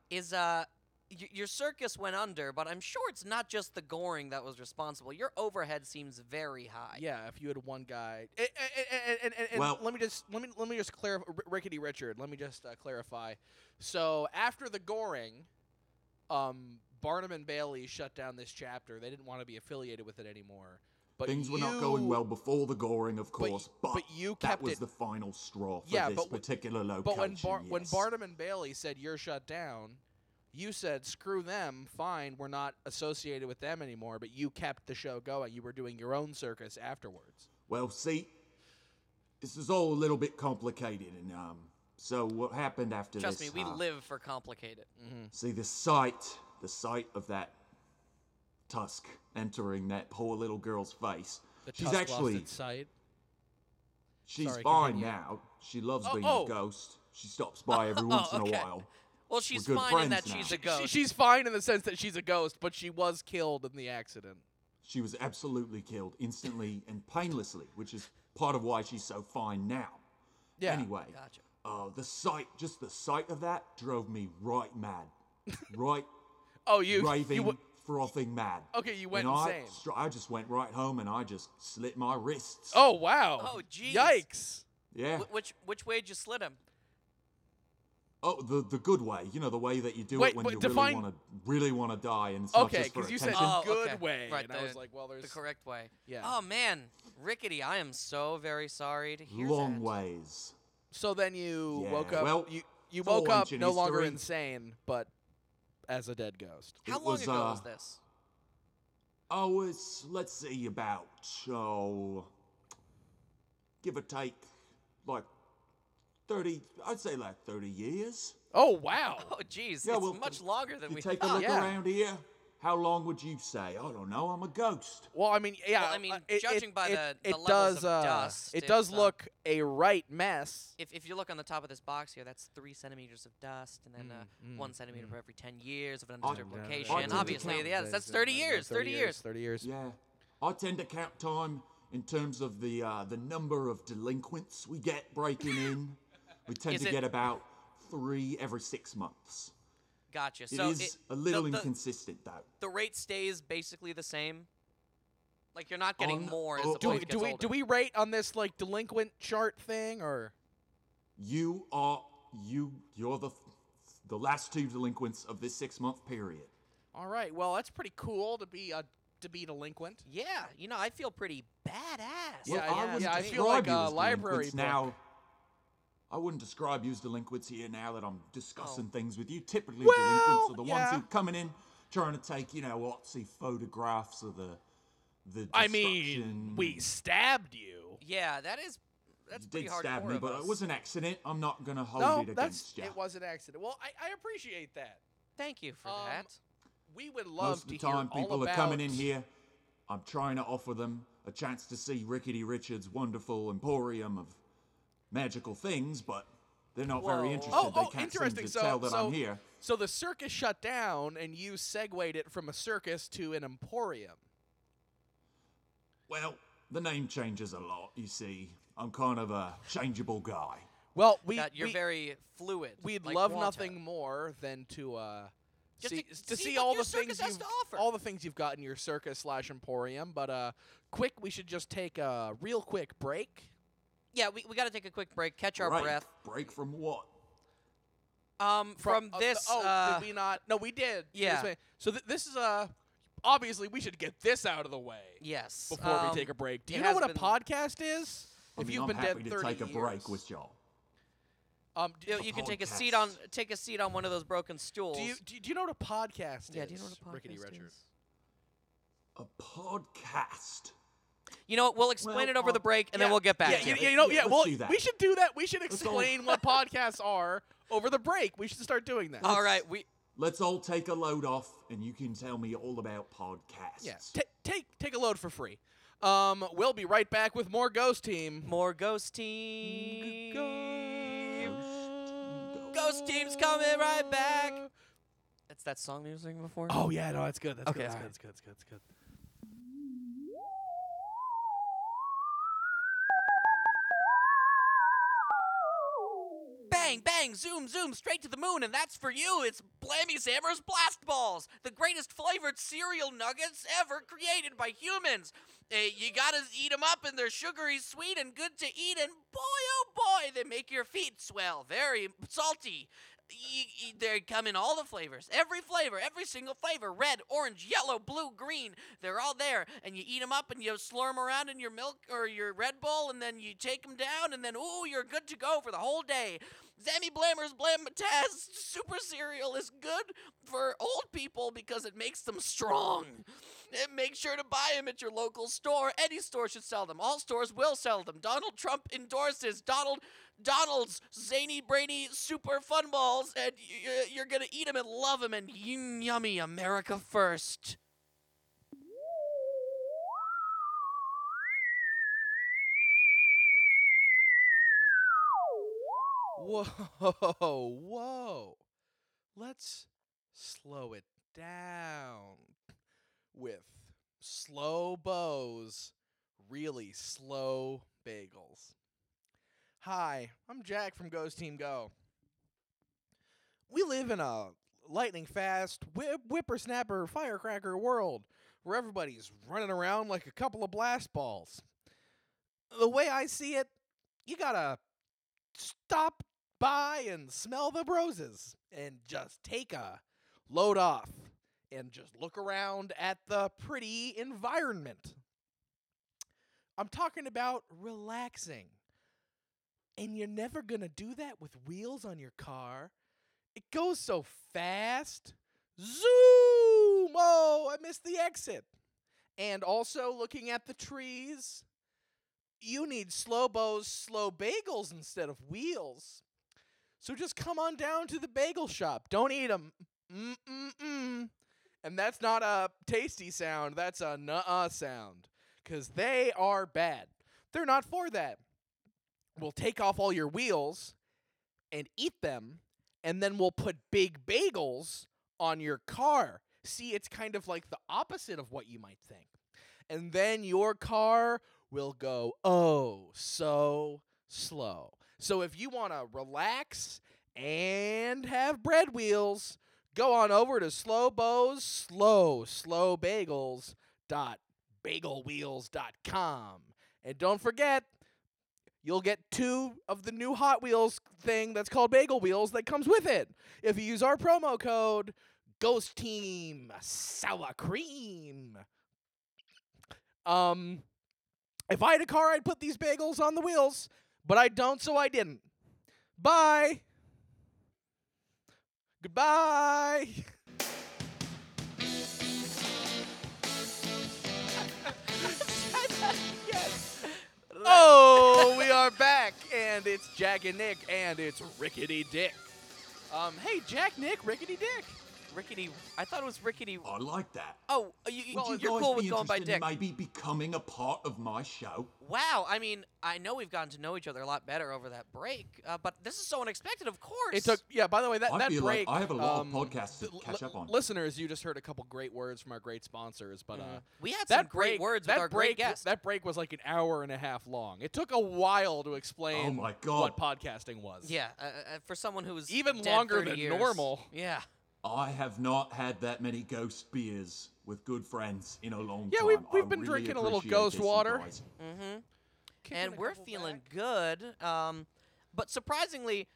Speaker 2: Is uh y- your circus went under, but I'm sure it's not just the goring that was responsible. Your overhead seems very high.
Speaker 1: Yeah, if you had one guy. And, and, and, and,
Speaker 3: Well-
Speaker 1: let me just let me let me just clarify. Rickety Richard, let me just uh, clarify. So after the Goring, um, Barnum and Bailey shut down this chapter. They didn't want to be affiliated with it anymore. But
Speaker 3: Things were not going
Speaker 1: you-
Speaker 3: well before the goring, of
Speaker 1: y-
Speaker 3: course, but,
Speaker 1: but you
Speaker 3: that
Speaker 1: kept
Speaker 3: was
Speaker 1: it-
Speaker 3: the final straw for
Speaker 1: Yeah,
Speaker 3: this
Speaker 1: but w-
Speaker 3: particular location.
Speaker 1: But when Bar- when
Speaker 3: yes.
Speaker 1: Barnum and Bailey said you're shut down, you said screw them. Fine, we're not associated with them anymore. But you kept the show going. You were doing your own circus afterwards.
Speaker 3: Well, see, this is all a little bit complicated, and um, so what happened after
Speaker 2: Trust me,
Speaker 3: this?
Speaker 2: we
Speaker 3: uh,
Speaker 2: live for complicated.
Speaker 3: See the sight, the sight of that tusk entering that poor little girl's face. she's actually
Speaker 1: sight.
Speaker 3: she's
Speaker 1: Sorry,
Speaker 3: fine
Speaker 1: continue.
Speaker 3: now. She loves
Speaker 1: Oh,
Speaker 3: being
Speaker 1: oh.
Speaker 3: a ghost. She stops by every once in a
Speaker 2: okay.
Speaker 3: while.
Speaker 2: Well, she's
Speaker 3: good
Speaker 2: fine in
Speaker 3: friends
Speaker 2: that
Speaker 3: now.
Speaker 2: she's
Speaker 3: She-
Speaker 2: a ghost.
Speaker 1: She, she's fine in the sense that she's a ghost, but she was killed in the accident.
Speaker 3: She was absolutely killed instantly and painlessly, which is part of why she's so fine now.
Speaker 1: Yeah.
Speaker 3: Anyway,
Speaker 2: Gotcha.
Speaker 3: uh, the sight, just the sight of that, drove me right mad, right
Speaker 1: Oh, you.
Speaker 3: raving,
Speaker 1: you w-
Speaker 3: frothing mad.
Speaker 1: Okay, you went
Speaker 3: and I,
Speaker 1: insane.
Speaker 3: str- I just went right home and I just slit my wrists.
Speaker 1: oh wow.
Speaker 2: Oh, jeez.
Speaker 1: Yikes.
Speaker 3: yeah.
Speaker 2: Wh- which which way'd you slit him?
Speaker 3: Oh, the the good way. You know the way that you do
Speaker 1: Wait,
Speaker 3: it when
Speaker 1: but
Speaker 3: you
Speaker 1: define-
Speaker 3: really want to really want to die, and it's not
Speaker 1: Okay,
Speaker 3: just for
Speaker 1: because you said uh,
Speaker 2: Oh,
Speaker 3: attention.
Speaker 1: good
Speaker 2: okay.
Speaker 1: way,
Speaker 2: Right,
Speaker 1: and I
Speaker 2: the-
Speaker 1: was like, well,
Speaker 2: The
Speaker 1: there's
Speaker 2: correct way.
Speaker 1: Yeah.
Speaker 2: Oh man, rickety! I am so very sorry to hear
Speaker 3: long
Speaker 2: that.
Speaker 3: ways.
Speaker 1: So then you
Speaker 3: Yeah,
Speaker 1: woke up.
Speaker 3: well,
Speaker 1: you you
Speaker 3: it's all
Speaker 1: woke up
Speaker 3: ancient
Speaker 1: no longer
Speaker 3: history.
Speaker 1: insane, but as a dead ghost.
Speaker 2: How
Speaker 3: It
Speaker 2: long
Speaker 3: was,
Speaker 2: ago was
Speaker 3: uh,
Speaker 2: this?
Speaker 3: Oh, it's let's see about oh, give or take, like thirty. I'd say like thirty years.
Speaker 1: Oh wow.
Speaker 2: Oh jeez,
Speaker 3: Yeah,
Speaker 2: it's
Speaker 3: well,
Speaker 2: much longer than
Speaker 3: You
Speaker 2: we Oh,
Speaker 3: take a
Speaker 2: thought.
Speaker 3: look
Speaker 1: Yeah.
Speaker 3: around here. How long would you say? I don't know. I'm a ghost.
Speaker 1: Well, I mean, yeah.
Speaker 2: Well, I mean,
Speaker 1: uh, it- it-
Speaker 2: judging by
Speaker 1: it-
Speaker 2: the- the
Speaker 1: it
Speaker 2: levels
Speaker 1: does,
Speaker 2: of
Speaker 1: uh,
Speaker 2: dust,
Speaker 1: it
Speaker 2: it's,
Speaker 1: does
Speaker 2: uh,
Speaker 1: look a right mess.
Speaker 2: If, if you look on the top of this box here, that's three centimeters of dust, and then uh, one centimeter for every ten years of an undisturbed
Speaker 3: yeah,
Speaker 2: location.
Speaker 3: I did the
Speaker 2: Obviously,
Speaker 3: count.
Speaker 2: yeah, that's thirty years. Thirty years.
Speaker 1: Thirty years.
Speaker 3: Yeah, I tend to count time in terms of the uh, the number of delinquents we get breaking in. We tend
Speaker 2: Is
Speaker 3: to
Speaker 2: it-
Speaker 3: get about three every six months.
Speaker 2: Gotcha.
Speaker 3: It is
Speaker 2: So
Speaker 3: a little
Speaker 2: the, the,
Speaker 3: inconsistent, though.
Speaker 2: the rate stays basically the same. Like you're not getting
Speaker 3: On-
Speaker 2: more as
Speaker 3: oh,
Speaker 2: the
Speaker 3: Do
Speaker 1: Do,
Speaker 2: place
Speaker 1: we,
Speaker 2: gets
Speaker 1: do we
Speaker 2: older.
Speaker 1: do we rate on this like delinquent chart thing or?
Speaker 3: You are you you're the the last two delinquents of this six month period.
Speaker 1: All right. Well, that's pretty cool to be a to be delinquent.
Speaker 2: Yeah, you know, I feel pretty badass.
Speaker 1: Yeah,
Speaker 3: Well,
Speaker 1: yeah,
Speaker 3: I wouldn't
Speaker 1: yeah, I
Speaker 3: describe
Speaker 1: feel like
Speaker 3: you
Speaker 1: a
Speaker 3: as
Speaker 1: library
Speaker 3: delinquents
Speaker 1: book.
Speaker 3: now. I wouldn't describe you as delinquents here now that I'm discussing things with you. Typically,
Speaker 1: Oh. Well,
Speaker 3: delinquents are the ones
Speaker 1: yeah.
Speaker 3: who coming in trying to take you know artsy photographs of the the.
Speaker 1: I mean,
Speaker 3: destruction.
Speaker 1: we stabbed you.
Speaker 2: Yeah, that is that's
Speaker 3: you
Speaker 2: pretty
Speaker 3: did stab
Speaker 2: hardcore
Speaker 3: me,
Speaker 2: of
Speaker 3: but
Speaker 2: us.
Speaker 3: it was an accident. I'm not gonna hold
Speaker 1: No,
Speaker 3: it
Speaker 1: that's
Speaker 3: Oh, against you.
Speaker 1: it was an accident. Well, I, I appreciate that.
Speaker 2: Thank you for
Speaker 1: Um,
Speaker 2: that.
Speaker 1: We would love
Speaker 3: Most of
Speaker 1: to
Speaker 3: the time,
Speaker 1: hear
Speaker 3: people
Speaker 1: all
Speaker 3: are
Speaker 1: about
Speaker 3: coming in here. I'm trying to offer them a chance to see Rickety Richard's wonderful emporium of magical things, but they're not very
Speaker 2: Whoa.
Speaker 3: interested.
Speaker 1: Oh,
Speaker 3: they
Speaker 1: oh,
Speaker 3: can't
Speaker 1: interesting.
Speaker 3: seem to
Speaker 1: So,
Speaker 3: tell that
Speaker 1: so,
Speaker 3: I'm here.
Speaker 1: so the circus shut down, and you segued it from a circus to an emporium.
Speaker 3: Well, the name changes a lot, you see. I'm kind of a changeable guy.
Speaker 1: Well, we
Speaker 2: that you're
Speaker 1: we,
Speaker 2: very fluid.
Speaker 1: we'd
Speaker 2: like
Speaker 1: love
Speaker 2: Walter.
Speaker 1: nothing more than to uh,
Speaker 2: Just
Speaker 1: see,
Speaker 2: to,
Speaker 1: to see,
Speaker 2: what
Speaker 1: all
Speaker 2: your
Speaker 1: the things
Speaker 2: circus has
Speaker 1: you've,
Speaker 2: to offer.
Speaker 1: all the things you've got in your circus slash emporium. But uh, quick, we should just take a real quick break.
Speaker 2: yeah, we, we got to take a quick break, catch our
Speaker 3: break.
Speaker 2: breath.
Speaker 3: Break from what?
Speaker 2: Um, from,
Speaker 1: uh, the-
Speaker 2: this,
Speaker 1: oh,
Speaker 2: uh,
Speaker 1: did we not? No, we did. It was
Speaker 2: yeah.
Speaker 1: ma- So th- this is Uh, obviously, we should get this out of the way
Speaker 2: yes.
Speaker 1: before
Speaker 2: um,
Speaker 1: we take a break. Do
Speaker 2: it
Speaker 1: you know
Speaker 2: has
Speaker 1: what a
Speaker 2: been-
Speaker 1: podcast is?
Speaker 3: I
Speaker 1: if
Speaker 3: mean,
Speaker 1: you've
Speaker 3: I'm
Speaker 1: been
Speaker 3: happy
Speaker 1: dead
Speaker 3: to
Speaker 1: 30
Speaker 3: take a break
Speaker 1: years.
Speaker 3: with y'all.
Speaker 1: um, do,
Speaker 2: You,
Speaker 1: do
Speaker 2: you can take a seat on
Speaker 3: podcast.
Speaker 2: take a seat on one of those broken stools.
Speaker 1: you do, you- do you know what a podcast
Speaker 2: yeah,
Speaker 1: is?
Speaker 2: do you know what a
Speaker 1: Rickety
Speaker 2: podcast
Speaker 1: Richard?
Speaker 2: is?
Speaker 3: A podcast.
Speaker 2: You know what? We'll explain
Speaker 3: Well,
Speaker 2: it over
Speaker 3: uh,
Speaker 2: the break, and then
Speaker 1: Yeah,
Speaker 2: we'll get back
Speaker 1: yeah,
Speaker 2: to
Speaker 1: you,
Speaker 2: it.
Speaker 1: yeah, you know,
Speaker 3: Yeah,
Speaker 1: yeah.
Speaker 3: let's
Speaker 1: well,
Speaker 3: do that.
Speaker 1: we should do that. We should
Speaker 3: Let's all-
Speaker 1: explain what podcasts are over the break. We should start doing that.
Speaker 2: All right, we
Speaker 3: Let's all take a load off, and you can tell me all about podcasts.
Speaker 1: Yeah. Ta take take a load for free. Um, we'll be right back with more Ghost Team.
Speaker 2: more ghost team.
Speaker 3: Ghost.
Speaker 2: Ghost team's coming right back. That's that song you were singing before.
Speaker 1: Oh yeah, no, that's good. That's
Speaker 2: Okay,
Speaker 1: good. That's
Speaker 2: all
Speaker 1: good.
Speaker 2: right.
Speaker 1: That's good. That's good. That's good.
Speaker 2: Bang, bang, zoom, zoom, straight to the moon, and that's for you. It's Blammy Sammer's Blast Balls, the greatest flavored cereal nuggets ever created by humans. Uh, you gotta eat 'em up, and they're sugary, sweet, and good to eat, and boy, oh boy, they make your feet swell. Very salty. Y y they come in all the flavors, every flavor, every single flavor red, orange, yellow, blue, green. They're all there, and you eat 'em up and you slurm around in your milk or your Red Bull, and then you take 'em down, and then, ooh, you're good to go for the whole day. Zammy Blammer's Blamtaz Super Cereal is good for old people because it makes them strong. And make sure to buy them at your local store. Any store should sell them. All stores will sell them. Donald Trump endorses Donald Donald's zany, brainy, super fun balls, and y- y- you're gonna eat them and love them. And yum, yummy, America first.
Speaker 1: Whoa, whoa. Let's slow it down with slow bows, really slow bagels. Hi, I'm Jack from Ghost Team Go. We live in a lightning fast, whip, whippersnapper, firecracker world where everybody's running around like a couple of blast balls. The way I see it, you gotta stop by and smell the roses and just take a load off and just look around at the pretty environment. I'm talking about relaxing. And you're never going to do that with wheels on your car. It goes so fast. Zoom! Oh, I missed the exit. And also looking at the trees you need slow bows, slow bagels instead of wheels. So just come on down to the bagel shop. Don't eat 'em. Mm mm mm. And that's not a tasty sound. That's a nuh-uh sound. 'Cause they are bad. They're not for that. We'll take off all your wheels and eat them, and then we'll put big bagels on your car. See, it's kind of like the opposite of what you might think. And then your car will go oh so slow. So if you want to relax and have bread wheels, go on over to Slow Bows Slow Slow Bagels dot bagelwheels.com and don't forget you'll get two of the new Hot Wheels thing that's called Bagel Wheels that comes with it if you use our promo code Ghost Team Sour Cream. Um, if I had a car, I'd put these bagels on the wheels, but I don't, so I didn't. Bye. Goodbye. oh, we are back, and it's Jack and Nick, and it's Rickety Dick. Um, hey, Jack, Nick, Rickety Dick.
Speaker 2: Rickety, I thought it was Rickety.
Speaker 3: I like that.
Speaker 2: Oh, you, you,
Speaker 3: Would you
Speaker 2: you're
Speaker 3: guys
Speaker 2: cool
Speaker 3: be
Speaker 2: with going by
Speaker 3: interested
Speaker 2: Dick.
Speaker 3: in Maybe becoming a part of my show.
Speaker 2: Wow, I mean, I know we've gotten to know each other a lot better over that break, uh, but this is so unexpected, of course.
Speaker 1: It took, yeah. By the way, that
Speaker 3: I
Speaker 1: that
Speaker 3: feel
Speaker 1: break.
Speaker 3: like I have a lot
Speaker 1: um,
Speaker 3: of podcasts to
Speaker 1: th-
Speaker 3: catch
Speaker 1: li-
Speaker 3: up on.
Speaker 1: Listeners, you just heard a couple great words from our great sponsors, but uh,
Speaker 2: Mm-hmm. We had some
Speaker 1: that
Speaker 2: great
Speaker 1: break,
Speaker 2: words
Speaker 1: that
Speaker 2: with our
Speaker 1: break,
Speaker 2: great guest.
Speaker 1: That break was like an hour and a half long. It took a while to explain.
Speaker 3: Oh my God.
Speaker 1: what podcasting was.
Speaker 2: yeah, uh, uh, for someone who was
Speaker 1: Even
Speaker 2: dead
Speaker 1: longer
Speaker 2: 30
Speaker 1: than
Speaker 2: years.
Speaker 1: normal.
Speaker 2: Yeah.
Speaker 3: I have not had that many ghost beers with good friends in a long
Speaker 1: Yeah,
Speaker 3: time.
Speaker 1: we've-
Speaker 3: I
Speaker 1: we've been
Speaker 3: really
Speaker 1: drinking a little
Speaker 3: appreciate
Speaker 1: ghost
Speaker 3: this, you
Speaker 1: water.
Speaker 3: guys.
Speaker 2: Mm-hmm.
Speaker 1: Kicking
Speaker 2: and
Speaker 1: a
Speaker 2: we're
Speaker 1: couple
Speaker 2: feeling
Speaker 1: back.
Speaker 2: good. Um, but surprisingly,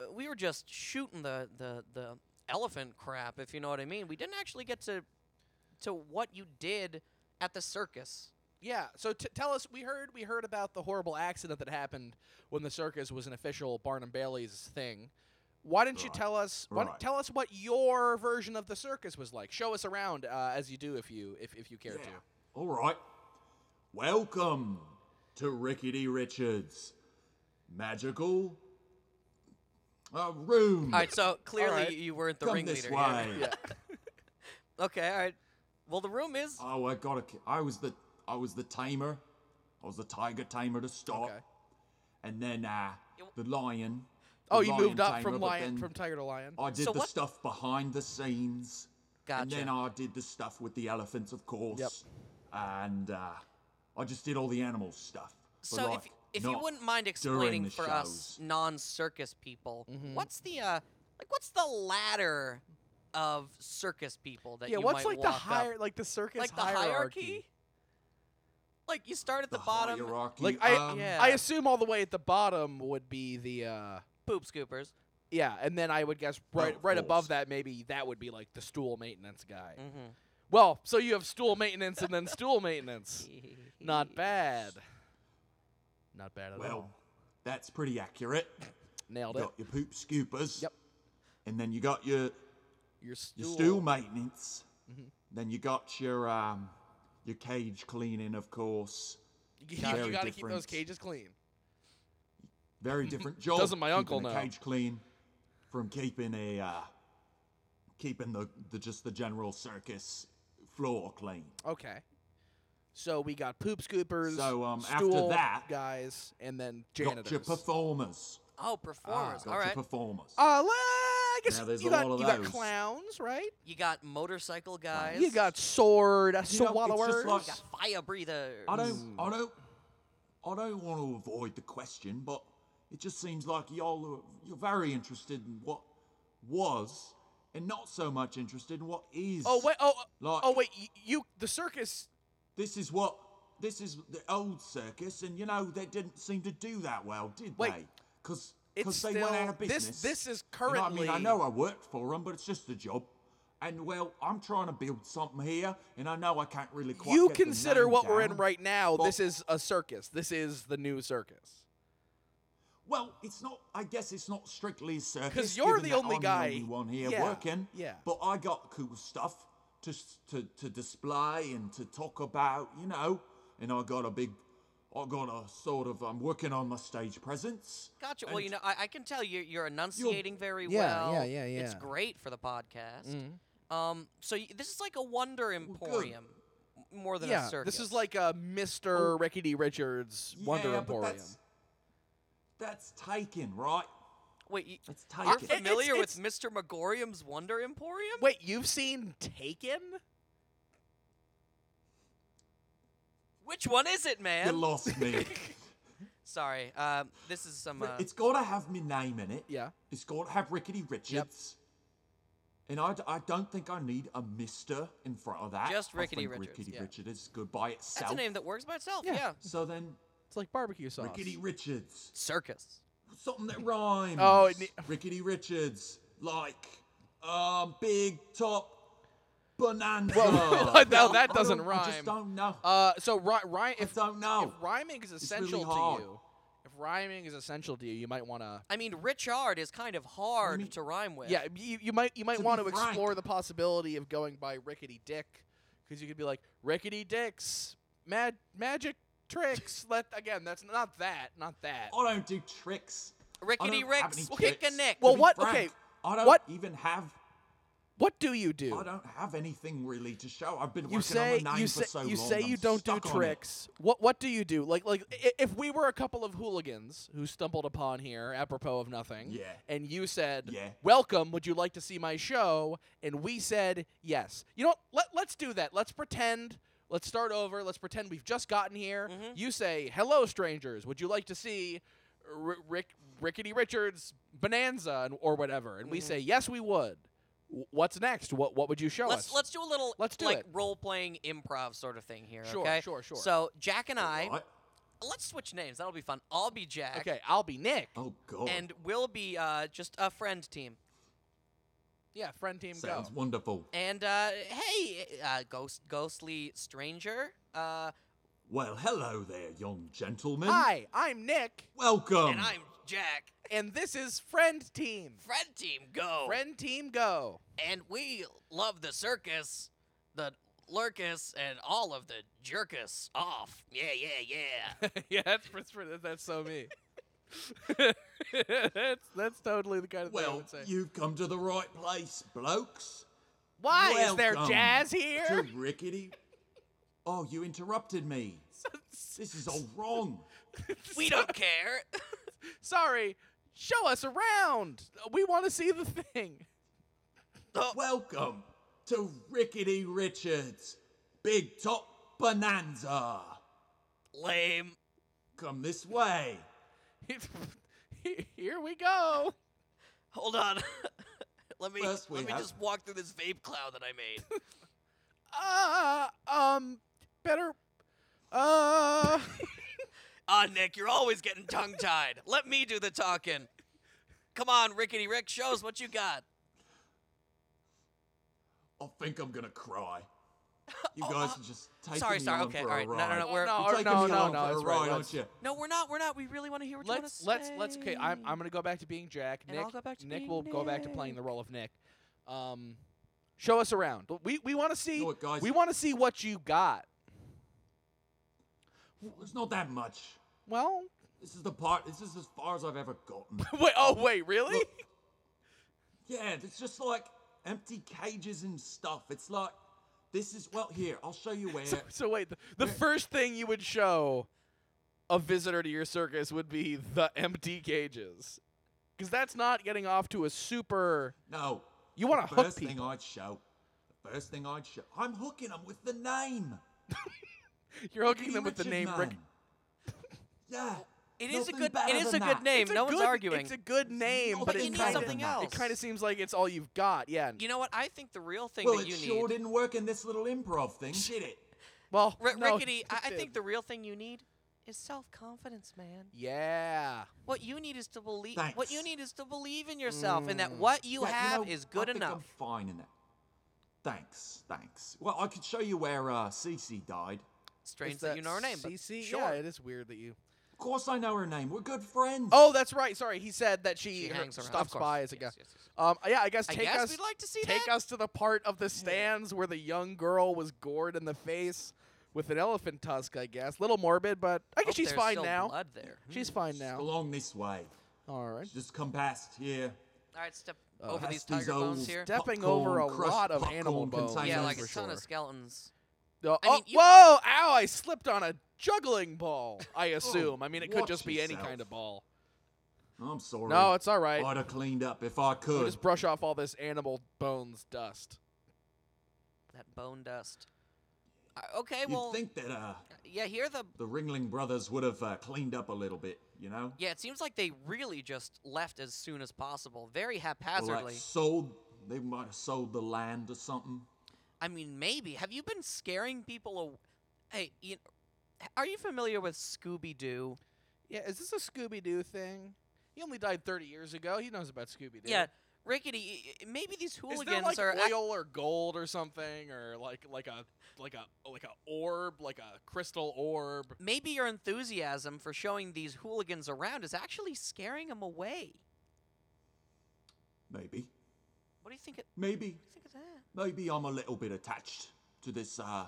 Speaker 2: uh, we were just shooting the, the the elephant crap, if you know what I mean. We didn't actually get to to what you did at the circus.
Speaker 1: Yeah. So t- tell us, we heard we heard about the horrible accident that happened when the circus was an official Barnum Bailey's thing. Why didn't you
Speaker 3: Right.
Speaker 1: tell us? Why don't-
Speaker 3: Right.
Speaker 1: Tell us what your version of the circus was like. Show us around uh, as you do, if you if, if you care
Speaker 3: Yeah.
Speaker 1: to.
Speaker 3: All right. Welcome to Rickety Richards. Magical uh, room.
Speaker 2: All right, so clearly
Speaker 1: right.
Speaker 2: you weren't the
Speaker 3: Come
Speaker 2: ringleader.
Speaker 3: this
Speaker 2: here.
Speaker 3: way.
Speaker 2: Okay, all right. Well, the room is
Speaker 3: Oh, I got to I was the I was the tamer. I was the tiger tamer to start.
Speaker 1: Okay.
Speaker 3: And then uh,
Speaker 2: w-
Speaker 3: the lion. the
Speaker 1: Oh, you
Speaker 3: lion
Speaker 1: moved up
Speaker 3: tamer,
Speaker 1: from
Speaker 3: but
Speaker 1: lion
Speaker 3: then
Speaker 1: from tiger to lion.
Speaker 3: I did
Speaker 2: So
Speaker 3: the
Speaker 2: what-
Speaker 3: stuff behind the scenes. And then
Speaker 2: Gotcha.
Speaker 3: I did the stuff with the elephants, of course. And uh, I just did all the animal stuff. But,
Speaker 2: so.
Speaker 3: like,
Speaker 2: if if you
Speaker 3: not
Speaker 2: wouldn't mind
Speaker 3: during
Speaker 2: explaining
Speaker 3: the
Speaker 2: for us
Speaker 3: shows.
Speaker 2: non-circus people,
Speaker 1: Mm-hmm.
Speaker 2: what's the uh like what's the ladder of circus people that
Speaker 1: yeah.
Speaker 2: you
Speaker 1: What's like
Speaker 2: might walk
Speaker 1: the
Speaker 2: up?
Speaker 1: higher like the circus
Speaker 2: like the
Speaker 1: hierarchy?
Speaker 2: hierarchy? Like you start at the, bottom,
Speaker 3: hierarchy,
Speaker 1: Like I
Speaker 3: um,
Speaker 2: yeah.
Speaker 1: I assume all the way at the bottom would be the. Uh,
Speaker 2: poop scoopers.
Speaker 1: yeah, and then I would guess right
Speaker 3: of
Speaker 1: right
Speaker 3: course.
Speaker 1: above that maybe that would be like the stool maintenance guy.
Speaker 2: Mm-hmm.
Speaker 1: Well, so you have stool maintenance and then stool maintenance. Not bad. Not bad at
Speaker 3: Well,
Speaker 1: all.
Speaker 3: that's pretty accurate.
Speaker 1: Nailed
Speaker 3: You
Speaker 1: it.
Speaker 3: got your poop scoopers.
Speaker 1: Yep.
Speaker 3: And then you got your
Speaker 1: Your stool.
Speaker 3: your stool maintenance.
Speaker 2: Mm-hmm.
Speaker 3: Then you got your um your cage cleaning, of course.
Speaker 1: You,
Speaker 3: Very
Speaker 1: got to keep those
Speaker 3: different.
Speaker 1: cages clean.
Speaker 3: Very different job.
Speaker 1: Doesn't my
Speaker 3: keeping
Speaker 1: uncle
Speaker 3: a
Speaker 1: know.
Speaker 3: cage clean from keeping a uh, keeping the, the just the general circus floor clean.
Speaker 1: Okay. So we got poop scoopers,
Speaker 3: So, um, after
Speaker 1: stool
Speaker 3: that-
Speaker 1: guys, and then
Speaker 3: Got your
Speaker 1: janitors.
Speaker 3: performers.
Speaker 2: Oh, performers.
Speaker 1: Ah,
Speaker 3: got
Speaker 2: All
Speaker 3: your
Speaker 2: right.
Speaker 3: performers.
Speaker 1: uh, le- I guess
Speaker 3: Now, there's
Speaker 1: you
Speaker 3: a
Speaker 1: got
Speaker 3: lot of
Speaker 1: you got
Speaker 3: those.
Speaker 1: clowns, right?
Speaker 2: you got motorcycle guys.
Speaker 1: You got sword uh,
Speaker 3: You know, it's
Speaker 1: swallowers.
Speaker 3: just like-
Speaker 2: You got fire breathers.
Speaker 3: I don't, I don't, I don't want to avoid the question, but it just seems like y'all are, you're very interested in what was, and not so much interested in what is.
Speaker 1: oh wait, oh
Speaker 3: Like-
Speaker 1: oh wait, you, you the circus.
Speaker 3: This is what this is the old circus, and you know they didn't seem to do that well, did
Speaker 1: Wait.
Speaker 3: they? Because
Speaker 1: It's
Speaker 3: they went out of
Speaker 1: still- this-
Speaker 3: business.
Speaker 1: this is
Speaker 3: You know what I
Speaker 1: currently-
Speaker 3: mean, I know I worked for them, but it's just a job. And well, I'm trying to build something here, and I know I can't really quite.
Speaker 1: You
Speaker 3: get the
Speaker 1: consider
Speaker 3: name
Speaker 1: what we're in
Speaker 3: down.
Speaker 1: right now.
Speaker 3: but-
Speaker 1: This is a circus. This is the new circus.
Speaker 3: Well, it's not. I guess it's not strictly a circus.
Speaker 1: 'Cause you're
Speaker 3: given
Speaker 1: the
Speaker 3: that
Speaker 1: only
Speaker 3: I'm
Speaker 1: guy-
Speaker 3: The only one here
Speaker 1: yeah,
Speaker 3: working.
Speaker 1: yeah.
Speaker 3: But I got cool stuff to s- to to display and to talk about, you know. And I got a big. I got a sort of. I'm working on my stage presence.
Speaker 2: Gotcha. Well,
Speaker 3: and-
Speaker 2: you know, I, I can tell you, you're enunciating very
Speaker 1: Yeah,
Speaker 2: well.
Speaker 1: yeah, yeah, Mm-hmm.
Speaker 2: It's
Speaker 1: yeah.
Speaker 2: great for the podcast. Um, so y- this is like a wonder emporium, m- more than a circus.
Speaker 1: this is like a Mr. Rickety Richards Wonder
Speaker 3: Oh. yeah,
Speaker 1: Emporium.
Speaker 3: But that's, that's taken, right?
Speaker 2: wait, you,
Speaker 3: That's
Speaker 2: you're
Speaker 3: taken.
Speaker 1: it- it's-
Speaker 2: familiar with Mr. Megorium's Wonder Emporium?
Speaker 1: Wait, you've seen Taken?
Speaker 2: Which one is it,
Speaker 3: you
Speaker 2: man?
Speaker 3: lost me.
Speaker 2: Sorry, um, this is some. Uh,
Speaker 3: it's got to have my name in it.
Speaker 1: Yeah.
Speaker 3: It's got to have Rickety Richards. And I, d- I don't think I need a Mister in front of that.
Speaker 2: Just
Speaker 3: I
Speaker 2: Rickety
Speaker 3: think
Speaker 2: Richards,
Speaker 3: Rickety
Speaker 1: yeah.
Speaker 3: Richards is good by itself.
Speaker 2: that's a name that works by itself.
Speaker 1: Yeah.
Speaker 2: yeah.
Speaker 3: So then,
Speaker 1: It's like barbecue sauce.
Speaker 3: Rickety Richards,
Speaker 2: Circus.
Speaker 3: something that rhymes.
Speaker 1: Oh, it ne-
Speaker 3: Rickety Richards, like um, big top bonanza.
Speaker 1: Well, no,
Speaker 3: I
Speaker 1: that doesn't
Speaker 3: don't- I
Speaker 1: rhyme.
Speaker 3: just don't know.
Speaker 1: Uh, so ri- Ryan,
Speaker 3: I
Speaker 1: if,
Speaker 3: don't
Speaker 1: if
Speaker 3: know.
Speaker 1: rhyming is
Speaker 3: really
Speaker 1: essential
Speaker 3: hard.
Speaker 1: to you, if rhyming is essential to you, you might want to.
Speaker 2: I mean, Richard is kind of hard
Speaker 3: mean-
Speaker 2: to rhyme with.
Speaker 1: Yeah, you, you might you might
Speaker 3: To
Speaker 1: want to
Speaker 3: be frank.
Speaker 1: explore the possibility of going by Rickety Dick, because you could be like Rickety Dicks, mad magic tricks. Let again, that's not that, not that.
Speaker 3: I don't do tricks.
Speaker 2: Rickety
Speaker 3: don't have
Speaker 2: Ricks,
Speaker 3: any
Speaker 2: kick a
Speaker 3: tricks.
Speaker 2: nick.
Speaker 1: Well,
Speaker 3: To be
Speaker 1: what-
Speaker 3: frank,
Speaker 1: okay,
Speaker 3: I don't
Speaker 1: what-
Speaker 3: even have
Speaker 1: What do you do?
Speaker 3: I don't have anything really to show. I've been
Speaker 1: you
Speaker 3: working
Speaker 1: say
Speaker 3: on the name
Speaker 1: you say
Speaker 3: for so
Speaker 1: you
Speaker 3: long.
Speaker 1: say
Speaker 3: I'm
Speaker 1: you don't do
Speaker 3: stuck on it.
Speaker 1: tricks. What what do you do? Like like i- if we were a couple of hooligans who stumbled upon here apropos of nothing,
Speaker 3: Yeah.
Speaker 1: and you said,
Speaker 3: Yeah.
Speaker 1: "Welcome, would you like to see my show?" and we said, "Yes." You know, what? let let's do that. Let's pretend Let's start over. Let's pretend we've just gotten here.
Speaker 3: Mm-hmm.
Speaker 1: You say, "Hello, strangers. Would you like to see
Speaker 3: Mm-hmm.
Speaker 1: R- Rick Rickety Richards Bonanza and, or whatever?" And we say, "Yes, we would." w- what's next? What what would you show
Speaker 2: Let's
Speaker 1: us?
Speaker 2: let's do a little
Speaker 1: Let's do
Speaker 2: like
Speaker 1: it.
Speaker 2: role playing improv sort of thing here.
Speaker 1: Sure,
Speaker 2: okay?
Speaker 1: sure, sure.
Speaker 2: So Jack and I,
Speaker 3: What?
Speaker 2: let's switch names. That'll be fun. I'll be Jack.
Speaker 1: okay, I'll be Nick.
Speaker 3: Oh god.
Speaker 2: And we'll be uh, just a friend team.
Speaker 1: Yeah, friend team
Speaker 3: Sounds
Speaker 1: go.
Speaker 3: wonderful.
Speaker 2: And uh, hey, uh, ghost, ghostly stranger. Uh,
Speaker 3: Well, hello there, young gentleman.
Speaker 1: Hi, I'm Nick,
Speaker 3: Welcome.
Speaker 2: and I'm Jack.
Speaker 1: and this is friend team.
Speaker 2: Friend team, go.
Speaker 1: Friend team go.
Speaker 2: And we love the circus, the lurkus, and all of the jerkus off. Yeah, yeah, yeah.
Speaker 1: yeah, that's for, for, that's so me. that's that's totally the kind of thing I
Speaker 3: well,
Speaker 1: would say.
Speaker 3: you've come to the right place, blokes.
Speaker 1: Why is there
Speaker 3: Welcome
Speaker 1: jazz
Speaker 3: To
Speaker 1: here?
Speaker 3: rickety. Oh, you interrupted me. This is all wrong.
Speaker 2: we don't care.
Speaker 1: Sorry. Show us around. We want to see the thing. Oh.
Speaker 3: Welcome to Rickety Richards, Big Top Bonanza.
Speaker 2: Lame.
Speaker 3: Come this way.
Speaker 1: Here we go.
Speaker 2: Hold on. let me
Speaker 3: First we
Speaker 2: let me
Speaker 3: have-
Speaker 2: just walk through this vape cloud that I made.
Speaker 1: Uh, um, better. Uh,
Speaker 2: Ah, Nick, you're always getting tongue tied. Let me do the talking. Come on, Rickety Rick, show us what you got.
Speaker 3: I think I'm gonna cry. You guys are just
Speaker 2: Oh,
Speaker 3: taking
Speaker 2: sorry,
Speaker 3: me
Speaker 2: sorry,
Speaker 3: on
Speaker 2: okay,
Speaker 3: for
Speaker 2: alright,
Speaker 3: a
Speaker 2: no,
Speaker 3: ride.
Speaker 2: no, no, we're-
Speaker 1: oh, no,
Speaker 3: You're taking
Speaker 1: no,
Speaker 3: me
Speaker 1: no,
Speaker 3: along
Speaker 1: no,
Speaker 3: for
Speaker 1: that's
Speaker 3: a
Speaker 1: right,
Speaker 3: ride,
Speaker 1: let's-
Speaker 3: aren't you?
Speaker 2: No, we're not. We're not. We really want to hear what
Speaker 1: let's
Speaker 2: you want
Speaker 1: let's
Speaker 2: to say.
Speaker 1: let's. Okay, I'm I'm gonna go back to being Jack.
Speaker 2: And
Speaker 1: Nick
Speaker 2: I'll go back to
Speaker 1: Nick
Speaker 2: being
Speaker 1: will go back to playing
Speaker 2: Nick.
Speaker 1: the role of Nick. Um, show us around. We we want to see.
Speaker 3: know what, guys?
Speaker 1: We want to see what you got.
Speaker 3: It's not that much.
Speaker 1: Well,
Speaker 3: This is the part. This is as far as I've ever gotten.
Speaker 1: wait. Oh wait, really?
Speaker 3: yeah, it's just like empty cages and stuff. It's like this is well here. I'll show you where.
Speaker 1: So wait, the, the first thing you would show a visitor to your circus would be the empty cages, because that's not getting off to a super.
Speaker 3: no,
Speaker 1: You want to
Speaker 3: the
Speaker 1: hook
Speaker 3: first
Speaker 1: people.
Speaker 3: thing I'd show. The first thing I'd show. I'm hooking them with the name.
Speaker 1: You're hooking
Speaker 3: Rickety
Speaker 1: them with the
Speaker 3: Richard
Speaker 1: name Rick.
Speaker 3: Man. Yeah.
Speaker 2: It is a
Speaker 3: nothing
Speaker 2: good.
Speaker 3: better
Speaker 2: It is a
Speaker 3: than
Speaker 2: good
Speaker 3: that.
Speaker 2: name.
Speaker 1: It's a
Speaker 2: no one's
Speaker 1: good-
Speaker 2: arguing.
Speaker 1: It's a good name,
Speaker 3: nothing
Speaker 1: but
Speaker 2: you
Speaker 1: it
Speaker 2: need
Speaker 1: kind
Speaker 2: something
Speaker 1: of
Speaker 2: else.
Speaker 1: it kind of seems like it's all you've got. Yeah.
Speaker 2: you know what? I think the real thing
Speaker 3: Well,
Speaker 2: that
Speaker 3: it
Speaker 2: you
Speaker 3: sure
Speaker 2: need.
Speaker 3: didn't work in this little improv thing, did it?
Speaker 1: well,
Speaker 2: Ri-
Speaker 1: no,
Speaker 2: Rickety,
Speaker 1: it
Speaker 2: I, I
Speaker 1: did.
Speaker 2: think the real thing you need is self-confidence, man.
Speaker 1: Yeah.
Speaker 2: What you need is to believe. What
Speaker 3: Thanks.
Speaker 2: you need is to believe in yourself, and that what you
Speaker 3: Yeah,
Speaker 2: have
Speaker 3: know,
Speaker 2: is good
Speaker 3: I think
Speaker 2: enough.
Speaker 3: I'm fine in that. Thanks, thanks. Well, I could show you where uh, Cece died.
Speaker 2: Strange
Speaker 1: Is
Speaker 2: that, you know her name. but
Speaker 1: CC?
Speaker 2: sure.
Speaker 1: Yeah, it is weird that you.
Speaker 3: Of course, I know her name. We're good friends.
Speaker 1: Oh, that's right. Sorry, he said that she,
Speaker 2: She
Speaker 1: her-
Speaker 2: hangs around. Of
Speaker 1: stops
Speaker 2: course.
Speaker 1: by as a
Speaker 2: Yes,
Speaker 1: guest.
Speaker 2: yes, yes.
Speaker 1: Um, yeah, I guess
Speaker 2: I
Speaker 1: take
Speaker 2: guess
Speaker 1: us
Speaker 2: we'd like to see
Speaker 1: take
Speaker 2: that.
Speaker 1: us to the part of the stands where the young girl was gored in the face with an elephant tusk. I guess little morbid, but I guess
Speaker 2: Hope
Speaker 1: she's
Speaker 2: there's
Speaker 1: fine
Speaker 2: still
Speaker 1: now.
Speaker 2: Blood there.
Speaker 1: She's fine now.
Speaker 3: Along this way.
Speaker 1: All right.
Speaker 3: Just come past here.
Speaker 2: All right, step over
Speaker 3: past
Speaker 2: these tiger
Speaker 3: old
Speaker 2: bones here.
Speaker 1: Stepping
Speaker 3: popcorn,
Speaker 1: over a
Speaker 3: crushed
Speaker 1: lot of
Speaker 3: popcorn
Speaker 1: animal bones.
Speaker 3: containers.
Speaker 2: Yeah,
Speaker 1: know
Speaker 2: like a
Speaker 1: for
Speaker 2: ton of
Speaker 1: sure.
Speaker 2: skeletons.
Speaker 1: Uh,
Speaker 2: I
Speaker 1: oh,
Speaker 2: mean, you-
Speaker 1: whoa! Ow! I slipped on a juggling ball. I
Speaker 2: Oh,
Speaker 1: assume. I mean, it could
Speaker 3: watch
Speaker 1: just be any
Speaker 3: yourself.
Speaker 1: kind of ball.
Speaker 3: I'm sorry.
Speaker 1: No, it's all right.
Speaker 3: I'd have cleaned up if I
Speaker 1: We'll
Speaker 3: could.
Speaker 1: just brush off all this animal bones dust.
Speaker 2: That bone dust. Uh, okay,
Speaker 3: You'd
Speaker 2: well,
Speaker 3: think that uh,
Speaker 2: yeah, here the
Speaker 3: the Ringling Brothers would have uh, cleaned up a little bit, you know?
Speaker 2: yeah. It seems like they really just left as soon as possible, very
Speaker 3: Or, like,
Speaker 2: haphazardly.
Speaker 3: sold. They might have sold the land or something.
Speaker 2: I mean, maybe have you been scaring people? Aw- hey, you, are you familiar with Scooby Doo?
Speaker 1: Yeah, is this a Scooby Doo thing? He only died 30 years ago. He knows about Scooby Doo.
Speaker 2: Yeah, Rickety. y- y- Maybe these
Speaker 1: Is
Speaker 2: hooligans
Speaker 1: there like
Speaker 2: are. act-
Speaker 1: oil or gold or something, or like like a like a like a orb, like a crystal orb?
Speaker 2: maybe your enthusiasm for showing these hooligans around is actually scaring them away.
Speaker 3: Maybe.
Speaker 2: What do you think? Of,
Speaker 3: Maybe.
Speaker 2: what do you think of that?
Speaker 3: Maybe I'm a little bit attached to this uh,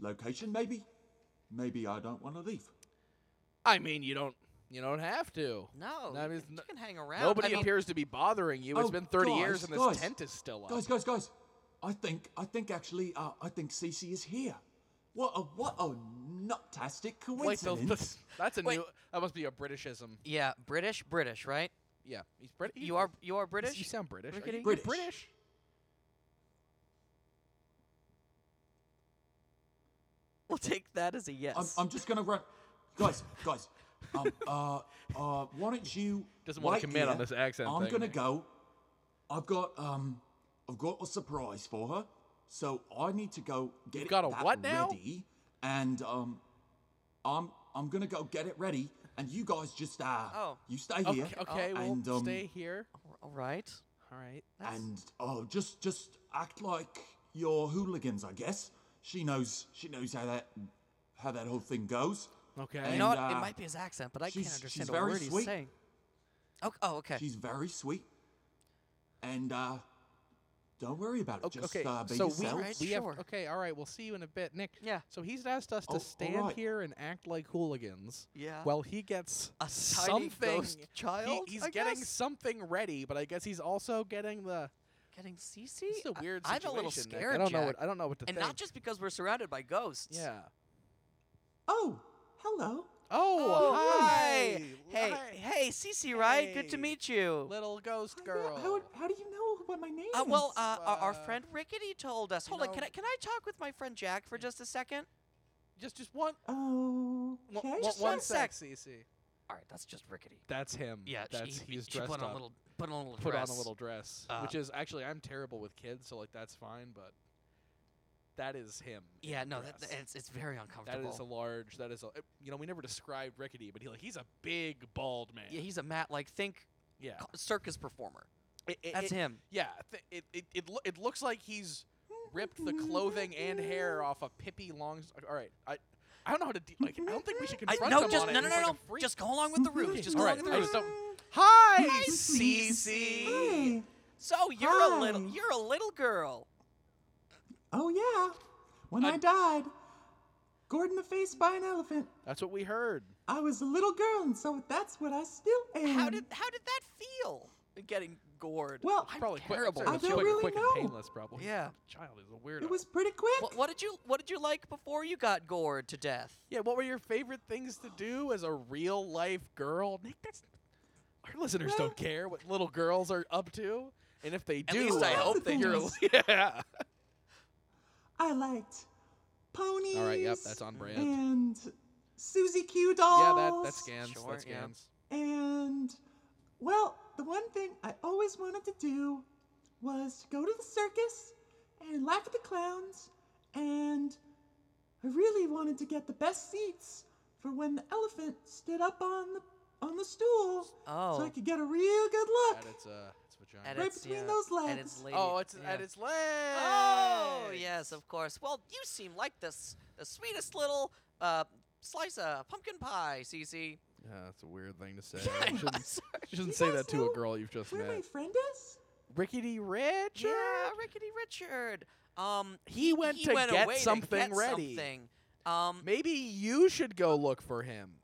Speaker 3: location. Maybe. Maybe I don't want to leave.
Speaker 1: I mean, you don't you don't have to.
Speaker 2: No,
Speaker 1: I mean,
Speaker 2: you, can-
Speaker 1: it's
Speaker 2: you
Speaker 1: n-
Speaker 2: can hang around.
Speaker 1: Nobody
Speaker 2: I mean,
Speaker 1: appears to be bothering you. It's
Speaker 3: Oh,
Speaker 1: been 30
Speaker 3: guys,
Speaker 1: years and this
Speaker 3: guys.
Speaker 1: tent is still up.
Speaker 3: Guys, guys, guys. I think, I think actually, uh, I think Cece is here. What a, what a nuttastic
Speaker 1: like the,
Speaker 3: coincidence.
Speaker 1: the- that's a
Speaker 2: Wait.
Speaker 1: new. That must be a Britishism.
Speaker 2: Yeah, British, British, right?
Speaker 1: Yeah, he's British.
Speaker 2: You are you are British.
Speaker 1: You sound British. Are
Speaker 2: Rickety?
Speaker 1: you
Speaker 3: British.
Speaker 1: British.
Speaker 2: We'll take that as a yes.
Speaker 3: I'm, I'm just gonna run. Guys, guys, um, uh, uh, why don't you
Speaker 1: Doesn't wanna
Speaker 3: wait
Speaker 1: commit on
Speaker 3: here.
Speaker 1: this accent
Speaker 3: I'm
Speaker 1: thing.
Speaker 3: gonna go. I've got um, I've got a surprise for her. So I need to go get it
Speaker 1: got a
Speaker 3: that
Speaker 1: what now?
Speaker 3: ready, and um, I'm I'm gonna go get it ready, and you guys just uh,
Speaker 2: Oh.
Speaker 3: you stay
Speaker 1: Okay,
Speaker 3: here.
Speaker 1: okay we'll
Speaker 3: and, um,
Speaker 1: stay here.
Speaker 2: All right.
Speaker 1: All right.
Speaker 3: and oh, just just act like you're hooligans, I guess. She knows she knows how that how that whole thing goes.
Speaker 1: Okay.
Speaker 2: You
Speaker 3: and,
Speaker 2: know what?
Speaker 3: uh,
Speaker 2: it might be his accent, but I can't
Speaker 3: she's-
Speaker 2: understand
Speaker 3: she's
Speaker 2: a
Speaker 3: very
Speaker 2: word he's
Speaker 3: sweet.
Speaker 2: saying. Oh, oh okay.
Speaker 3: She's very sweet, and uh, don't worry about it.
Speaker 1: Okay,
Speaker 3: Just
Speaker 1: okay,
Speaker 3: uh, be
Speaker 1: so we,
Speaker 3: yourself.
Speaker 2: Right,
Speaker 1: we
Speaker 2: sure.
Speaker 1: have okay. All right, we'll see you in a bit, Nick.
Speaker 2: Yeah.
Speaker 1: So he's asked us
Speaker 3: Oh,
Speaker 1: to
Speaker 3: all
Speaker 1: stand
Speaker 3: right.
Speaker 1: here and act like hooligans.
Speaker 2: Yeah.
Speaker 1: While he gets
Speaker 2: A tiny
Speaker 1: something,
Speaker 2: ghost
Speaker 1: he-
Speaker 2: child,
Speaker 1: he's
Speaker 2: I
Speaker 1: getting
Speaker 2: guess?
Speaker 1: something ready, but I guess he's also getting the.
Speaker 2: Getting CC?
Speaker 1: This is a weird
Speaker 2: I,
Speaker 1: situation.
Speaker 2: I'm a little
Speaker 1: Nick.
Speaker 2: scared,
Speaker 1: I don't know
Speaker 2: Jack.
Speaker 1: what I don't know what to
Speaker 2: and
Speaker 1: think.
Speaker 2: not just because we're surrounded by ghosts.
Speaker 1: yeah.
Speaker 3: Oh, hello.
Speaker 1: Oh,
Speaker 2: Oh,
Speaker 1: hi.
Speaker 2: hi. Hey,
Speaker 1: Hi.
Speaker 2: hey, Cece, right? Good
Speaker 1: Hey.
Speaker 2: to meet you.
Speaker 1: little ghost
Speaker 3: Hi there.
Speaker 1: girl.
Speaker 3: How, how do you know what my name
Speaker 2: Uh, well,
Speaker 3: is?
Speaker 2: uh, our, our
Speaker 1: uh,
Speaker 2: friend Rickety told us.
Speaker 1: you
Speaker 2: Hold on, can
Speaker 1: know-
Speaker 2: I can I talk with my friend Jack for just a second?
Speaker 1: just just one
Speaker 3: oh,
Speaker 1: one-
Speaker 3: okay.
Speaker 1: one-
Speaker 2: Just
Speaker 1: one
Speaker 2: one sec.
Speaker 1: sec, Cece.
Speaker 2: All right, that's just Rickety.
Speaker 1: That's him.
Speaker 2: Yeah,
Speaker 1: Mm, that's
Speaker 2: she, he-
Speaker 1: he's
Speaker 2: she
Speaker 1: dressed
Speaker 2: put on
Speaker 1: up.
Speaker 2: a little put on a little
Speaker 1: put
Speaker 2: dress.
Speaker 1: on a little dress,
Speaker 2: Uh,
Speaker 1: which is actually I'm terrible with kids, so like that's fine, but that is him. in
Speaker 2: Yeah,
Speaker 1: the
Speaker 2: no, that,
Speaker 1: dress.
Speaker 2: that- it's it's very
Speaker 1: that
Speaker 2: uncomfortable.
Speaker 1: is a large. That is a. eh, You know, we never described Rickety, but he like he's a big bald man.
Speaker 2: yeah, he's a Matt like think
Speaker 1: yeah.
Speaker 2: co- circus performer.
Speaker 1: It, it,
Speaker 2: That's
Speaker 1: it,
Speaker 2: him.
Speaker 1: Yeah, th- it it it, loo- it looks like he's ripped the clothing and hair off a Pippi long. All right, I I don't know how to de- like. I don't think we should
Speaker 2: I,
Speaker 1: confront
Speaker 2: no,
Speaker 1: him
Speaker 2: just
Speaker 1: on it.
Speaker 2: no, no,
Speaker 1: He's
Speaker 2: no,
Speaker 1: like a
Speaker 2: no.
Speaker 1: freak.
Speaker 2: Just go along with the ruse. Just go
Speaker 1: All
Speaker 2: along
Speaker 1: right,
Speaker 2: with
Speaker 1: I
Speaker 2: the
Speaker 1: just
Speaker 2: ruse.
Speaker 1: don't. Hi,
Speaker 2: Cece. So you're a little
Speaker 3: Hi.
Speaker 2: you're a little girl.
Speaker 3: Oh yeah. When
Speaker 1: Uh,
Speaker 3: I died, Gordon the Face by an elephant,
Speaker 1: That's what we heard.
Speaker 3: I was a little girl, and so that's what I still am.
Speaker 2: How did how did that feel? Getting gored.
Speaker 3: Hmm. Well,
Speaker 2: I'm
Speaker 1: Probably quick.
Speaker 2: terrible.
Speaker 1: Sorry,
Speaker 3: I
Speaker 2: with
Speaker 1: it's
Speaker 3: don't
Speaker 1: quick,
Speaker 2: children.
Speaker 3: really
Speaker 1: quick
Speaker 3: know.
Speaker 1: and painless, probably.
Speaker 2: Yeah.
Speaker 1: Child is a weirdo.
Speaker 3: It was pretty quick.
Speaker 2: What, what did you What did you like before you got gored to death?
Speaker 1: Yeah, what were your favorite things to do as a real life girl? Nick, that's our listeners don't care what little girls are up to. And if they
Speaker 2: At
Speaker 1: do,
Speaker 2: least I
Speaker 1: uh,
Speaker 2: hope they
Speaker 1: you're-
Speaker 2: do.
Speaker 1: Yeah.
Speaker 3: I liked ponies.
Speaker 1: All right, yep, that's on brand.
Speaker 3: And Susie Q dolls.
Speaker 1: Yeah, that, that scans.
Speaker 2: Sure, yeah.
Speaker 1: that scans.
Speaker 3: And well, the one thing I always wanted to do was to go to the circus and laugh at the clowns, and I really wanted to get the best seats for when the elephant stood up on the on the stool, so
Speaker 2: Oh.
Speaker 3: I could get a real good look
Speaker 1: At its, uh, its vagina.
Speaker 2: At
Speaker 3: right
Speaker 2: its,
Speaker 3: between
Speaker 2: yeah,
Speaker 3: those
Speaker 2: At
Speaker 3: legs.
Speaker 2: its lady,
Speaker 1: oh, it's
Speaker 2: yeah.
Speaker 1: at its leg.
Speaker 2: Oh yes, of course. Well, you seem like the s- the sweetest little uh, slice of pumpkin pie, Cece.
Speaker 1: Yeah, that's a weird thing to say.
Speaker 2: I know,
Speaker 1: You shouldn't,
Speaker 2: sorry.
Speaker 1: you shouldn't
Speaker 3: You
Speaker 1: say
Speaker 3: guys
Speaker 1: that to a
Speaker 3: know
Speaker 1: girl you've just
Speaker 3: where my
Speaker 1: met.
Speaker 3: friend is.
Speaker 1: Rickety Rich?
Speaker 2: Yeah, Rickety Richard. Um,
Speaker 1: He went to get
Speaker 2: away
Speaker 1: something
Speaker 2: to get
Speaker 1: ready.
Speaker 2: Something. Um,
Speaker 1: Maybe you should go look for him.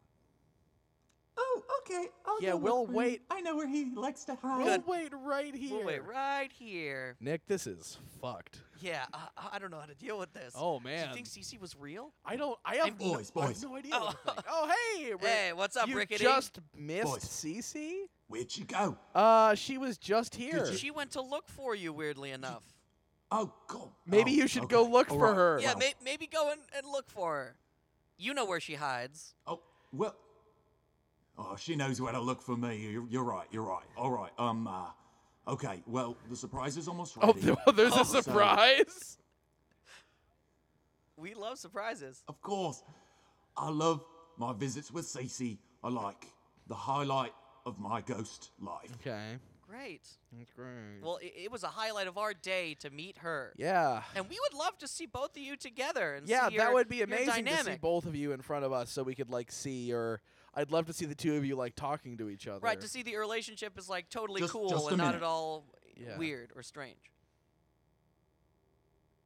Speaker 3: Oh, okay. I'll
Speaker 1: Yeah,
Speaker 3: go look
Speaker 1: we'll
Speaker 3: for him.
Speaker 1: wait.
Speaker 3: I know where he likes to hide.
Speaker 2: Good.
Speaker 1: We'll wait right here.
Speaker 2: we'll wait right here.
Speaker 1: Nick, this is fucked.
Speaker 2: Yeah, uh, I I don't know how to deal with this.
Speaker 1: Oh,
Speaker 2: do you
Speaker 1: man.
Speaker 2: think Cece was real?
Speaker 1: I don't. I have no,
Speaker 3: Boys,
Speaker 1: I have
Speaker 3: boys.
Speaker 1: no idea.
Speaker 2: Oh.
Speaker 1: what to think. Oh, hey, Rick,
Speaker 2: Hey, what's up,
Speaker 1: you
Speaker 2: Rickety?
Speaker 1: just missed
Speaker 3: Boys.
Speaker 1: Cece.
Speaker 3: Where'd you go?
Speaker 1: Uh, she was just here.
Speaker 3: you-
Speaker 2: She went to look for you, weirdly enough.
Speaker 3: Oh God.
Speaker 1: Maybe
Speaker 3: Oh,
Speaker 1: you should
Speaker 3: okay.
Speaker 1: go look
Speaker 3: All
Speaker 1: for
Speaker 3: right.
Speaker 1: her.
Speaker 2: Yeah,
Speaker 3: Wow.
Speaker 2: may- maybe go and, and look for her. You know where she hides.
Speaker 3: Oh well. Oh, she knows where to look for me. You're, you're right. You're right. All right. Um. Uh, okay. Well, the surprise is almost
Speaker 1: Oh,
Speaker 3: ready.
Speaker 1: th- oh, there's
Speaker 2: Oh,
Speaker 1: a
Speaker 2: sorry.
Speaker 1: surprise.
Speaker 2: We love surprises.
Speaker 3: Of course. I love my visits with Cece. I like the highlight of my ghost life.
Speaker 1: Okay,
Speaker 2: Great.
Speaker 1: that's great.
Speaker 2: Well, it, it was a highlight of our day to meet her.
Speaker 1: Mm. yeah,
Speaker 2: And we would love to see both of you together. And
Speaker 1: yeah,
Speaker 2: see
Speaker 1: that
Speaker 2: your-
Speaker 1: would be
Speaker 2: your
Speaker 1: amazing to see
Speaker 2: dynamic.
Speaker 1: both of you in front of us, so we could like see your. I'd love to see the two of you like talking to each other.
Speaker 2: Right, to see the relationship is like totally
Speaker 3: Just-
Speaker 2: cool
Speaker 3: just a
Speaker 2: and not
Speaker 3: minute.
Speaker 2: at all
Speaker 1: Yeah.
Speaker 2: weird or strange.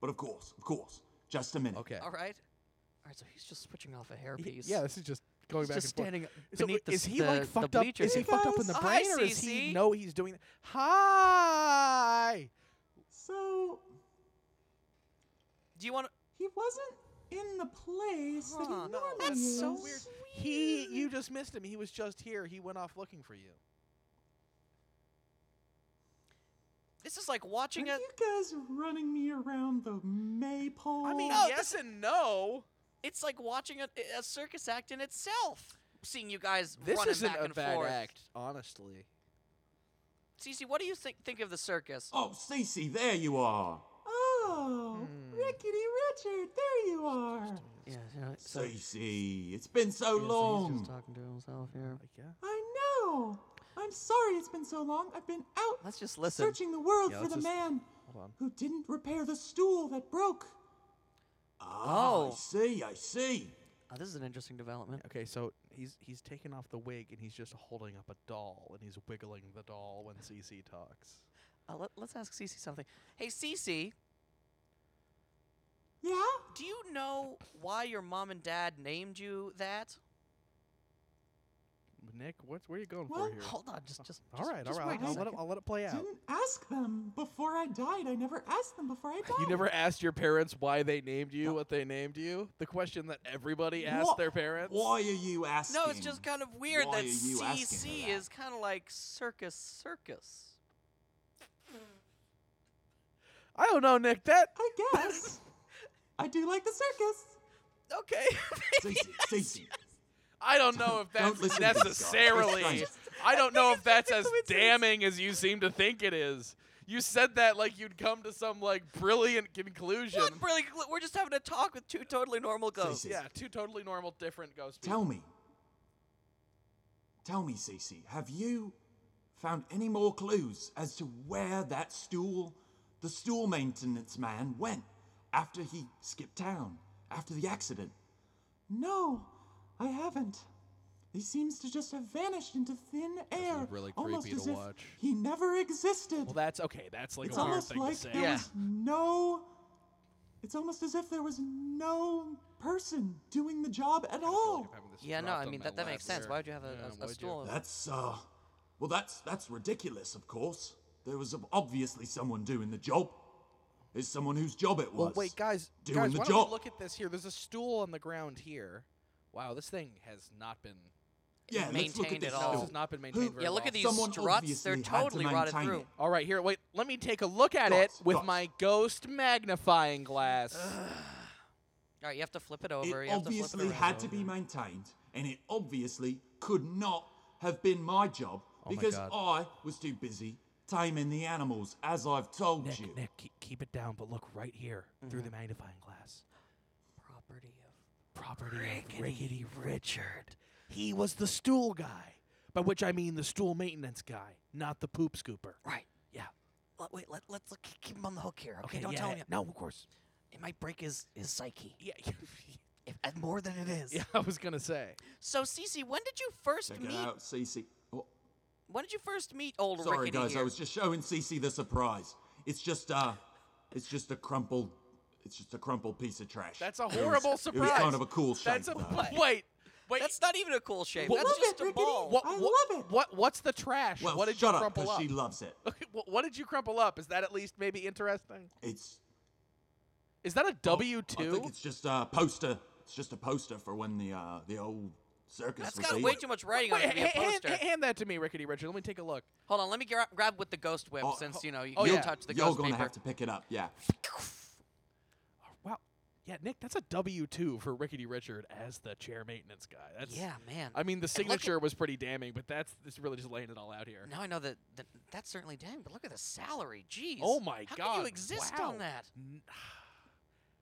Speaker 3: But of course, of course. Just a minute.
Speaker 1: Okay.
Speaker 2: All right? All right, so he's just switching off a
Speaker 1: Y-
Speaker 2: hairpiece.
Speaker 1: Yeah, this is just going
Speaker 2: He's
Speaker 1: back
Speaker 2: just
Speaker 1: and forth.
Speaker 2: standing
Speaker 1: So
Speaker 2: beneath the
Speaker 1: is
Speaker 2: s-
Speaker 1: he
Speaker 2: the,
Speaker 1: like
Speaker 2: the
Speaker 1: fucked up?
Speaker 2: bleachers.
Speaker 1: Is he
Speaker 3: Hey,
Speaker 1: fucked up in the
Speaker 2: guys.
Speaker 1: brain,
Speaker 2: Hi,
Speaker 1: or is he
Speaker 2: Cece.
Speaker 1: know he's doing? Hi.
Speaker 3: So
Speaker 2: Do you want to?
Speaker 3: he wasn't in the place that he
Speaker 2: Huh.
Speaker 3: normally
Speaker 2: That's
Speaker 1: Mm-hmm.
Speaker 3: is.
Speaker 2: so weird.
Speaker 1: He, you just missed him. He was just here. He went off looking for you.
Speaker 2: This is like watching
Speaker 3: Are
Speaker 2: a.
Speaker 3: you guys running me around the maypole?
Speaker 1: I mean,
Speaker 2: No,
Speaker 1: yes and no.
Speaker 2: It's like watching a, a circus act in itself. Seeing you guys
Speaker 1: This
Speaker 2: running
Speaker 1: isn't
Speaker 2: back
Speaker 1: a
Speaker 2: and
Speaker 1: bad
Speaker 2: forth.
Speaker 1: act, honestly.
Speaker 2: Cece, what do you think think of the circus?
Speaker 3: Oh, Cece, there you are.
Speaker 4: Oh,
Speaker 2: Hmm.
Speaker 4: Rickety Richard, there you are.
Speaker 2: Yeah,
Speaker 3: Cece, it's been so long.
Speaker 2: talking to himself here.
Speaker 4: I know. I'm sorry it's been so long. I've been out
Speaker 2: Let's just listen.
Speaker 4: searching the world
Speaker 2: Yeah,
Speaker 4: for
Speaker 2: let's
Speaker 4: the
Speaker 2: just-
Speaker 4: man
Speaker 1: Hold on.
Speaker 4: who didn't repair the stool that broke.
Speaker 3: Ah,
Speaker 2: Oh.
Speaker 3: I see, I see.
Speaker 2: Oh, this is an interesting development.
Speaker 1: Okay, so he's he's taken off the wig and he's just holding up a doll and he's wiggling the doll when CC talks.
Speaker 2: Uh, let, us ask Cece something. Hey, Cece,
Speaker 4: Yeah?
Speaker 2: do you know why your mom and dad named you that?
Speaker 1: Nick, what's where are you going
Speaker 4: Well,
Speaker 1: for here?
Speaker 2: Hold on, just just.
Speaker 1: all right, all
Speaker 2: just,
Speaker 1: right.
Speaker 2: Just wait a
Speaker 1: I'll let, it,
Speaker 2: second.
Speaker 1: I'll let it play out.
Speaker 4: Didn't ask them before I died. I never asked them before I died.
Speaker 1: You never asked your parents why they named you what they named you. The question that everybody asked
Speaker 3: Wha-
Speaker 1: their parents.
Speaker 3: Why are you asking?
Speaker 2: No, it's just kind of weird
Speaker 3: Why
Speaker 2: that
Speaker 3: are you asking her
Speaker 2: CC
Speaker 3: that?
Speaker 2: is kind of like circus, circus.
Speaker 1: I don't know, Nick. That
Speaker 4: I guess. I do like the circus.
Speaker 1: okay.
Speaker 3: Cece, Cece.
Speaker 1: I don't know if
Speaker 3: Don't
Speaker 1: that's
Speaker 3: listen to these guys.
Speaker 1: necessarily.
Speaker 3: It's
Speaker 1: I don't know if that's as
Speaker 4: coincidence.
Speaker 1: damning as you seem to think it is. You said that like you'd come to some like brilliant conclusion.
Speaker 2: What really? We're just having a talk with two totally normal ghosts.
Speaker 3: Cece.
Speaker 1: Yeah, two totally normal, different ghost people.
Speaker 3: Tell me. Tell me, Cece, have you found any more clues as to where that stool, the stool maintenance man, went after he skipped town, after the accident?
Speaker 4: No, I haven't. He seems to just have vanished into thin air,
Speaker 1: really
Speaker 4: almost
Speaker 1: creepy
Speaker 4: as
Speaker 1: to
Speaker 4: if
Speaker 1: watch.
Speaker 4: he never existed.
Speaker 1: Well, that's okay. That's like
Speaker 4: it's
Speaker 1: a weird
Speaker 4: almost
Speaker 1: thing
Speaker 4: like
Speaker 1: to say.
Speaker 4: there
Speaker 2: Yeah.
Speaker 4: was no. It's almost as if there was no person doing the job at all.
Speaker 2: Yeah, no, I mean that, that makes sense. Why would you have a, a- a, stool?
Speaker 3: That's, uh, well, that's, that's ridiculous, of course. There was obviously someone doing the job. It's someone whose job it was.
Speaker 1: Well, wait, guys,
Speaker 3: doing
Speaker 1: guys,
Speaker 3: the
Speaker 1: why don't
Speaker 3: job.
Speaker 1: you look at this here? There's a stool on the ground here. Wow, this thing has not been.
Speaker 3: yeah, let's look at
Speaker 2: maintained at
Speaker 3: this
Speaker 2: all.
Speaker 1: This
Speaker 3: stool.
Speaker 1: has not been maintained
Speaker 3: Who-
Speaker 1: very
Speaker 2: Yeah, look
Speaker 1: well.
Speaker 2: at these
Speaker 3: Someone
Speaker 2: struts. They're
Speaker 3: obviously had to
Speaker 2: totally rotted
Speaker 3: maintain
Speaker 2: through.
Speaker 3: it.
Speaker 1: All right, here. Wait, let me take a look at
Speaker 3: Guts,
Speaker 1: it with
Speaker 3: guts.
Speaker 1: my ghost magnifying glass.
Speaker 2: All right, you have to flip it over.
Speaker 3: It
Speaker 2: you have to flip it
Speaker 3: obviously
Speaker 2: around.
Speaker 3: had to be maintained, and it obviously could not have been my job
Speaker 1: my
Speaker 3: because
Speaker 1: God.
Speaker 3: I was too busy taming the animals, as I've told you.
Speaker 1: Nick, Nick, keep, keep it down, but look right here through the magnifying glass.
Speaker 2: Property of.
Speaker 1: Property of Rickety Richard. He was the stool guy, by which I mean the stool maintenance guy, not the poop scooper.
Speaker 2: Right.
Speaker 1: Yeah.
Speaker 2: Let, wait, let, let's look- keep him on the hook here. Okay,
Speaker 1: Okay,
Speaker 2: don't
Speaker 1: yeah,
Speaker 2: tell
Speaker 1: yeah.
Speaker 2: him. yet.
Speaker 1: No, of course.
Speaker 2: It might break his, his psyche.
Speaker 1: Yeah.
Speaker 2: If, uh, more than it is.
Speaker 1: yeah, I was gonna say.
Speaker 2: So, Cece, when did you first
Speaker 3: Check
Speaker 2: meet?
Speaker 3: it out, Cece. Oh,
Speaker 2: When did you first meet old
Speaker 3: sorry,
Speaker 2: Rickety
Speaker 3: guys,
Speaker 2: here?
Speaker 3: I was just showing Cece the surprise. It's just uh, it's just a crumpled, it's just a crumpled piece of trash.
Speaker 1: That's a
Speaker 3: It was-
Speaker 1: horrible
Speaker 3: It
Speaker 1: surprise.
Speaker 3: was kind of a cool shape.
Speaker 1: That's a
Speaker 3: though.
Speaker 1: wait. Wait.
Speaker 2: That's not even a cool shape.
Speaker 1: Well,
Speaker 2: That's
Speaker 1: look
Speaker 2: just
Speaker 4: at
Speaker 2: a
Speaker 4: Rickety.
Speaker 2: ball.
Speaker 1: what,
Speaker 4: I
Speaker 1: what-
Speaker 4: love it.
Speaker 1: What What's the trash?
Speaker 3: Well,
Speaker 1: what did
Speaker 3: shut
Speaker 1: you
Speaker 3: up,
Speaker 1: crumple
Speaker 3: 'cause
Speaker 1: up?
Speaker 3: she loves it.
Speaker 1: Okay, wh- what did you crumple up? Is that at least maybe interesting?
Speaker 3: It's
Speaker 1: Is that a W
Speaker 3: I think
Speaker 1: two?
Speaker 3: it's just a poster. It's just a poster for when the uh, the old circus
Speaker 2: That's
Speaker 3: was
Speaker 2: got
Speaker 3: here.
Speaker 2: way too much writing on
Speaker 1: Wait,
Speaker 2: it to be a
Speaker 1: hand, hand,
Speaker 2: poster.
Speaker 1: hand that to me, Rickety Richard. Let me take a look.
Speaker 2: Hold on, let me gra- grab with the ghost whip
Speaker 3: Oh,
Speaker 2: since,
Speaker 3: oh,
Speaker 2: you know, you
Speaker 1: oh,
Speaker 2: can
Speaker 1: yeah.
Speaker 2: touch the
Speaker 3: You're
Speaker 2: ghost
Speaker 3: gonna
Speaker 2: paper.
Speaker 3: have to pick it up. Yeah.
Speaker 1: Wow. Yeah, Nick, that's a W two for Rickety Richard as the chair maintenance guy. That's
Speaker 2: Yeah, man.
Speaker 1: I mean, the
Speaker 2: And look at-
Speaker 1: signature was pretty damning, but that's this really just laying it all out here.
Speaker 2: Now I know that, that that's certainly damn, but look at the salary. Jeez.
Speaker 1: Oh my
Speaker 2: How
Speaker 1: god!
Speaker 2: How can you exist
Speaker 1: wow.
Speaker 2: on that?
Speaker 1: N-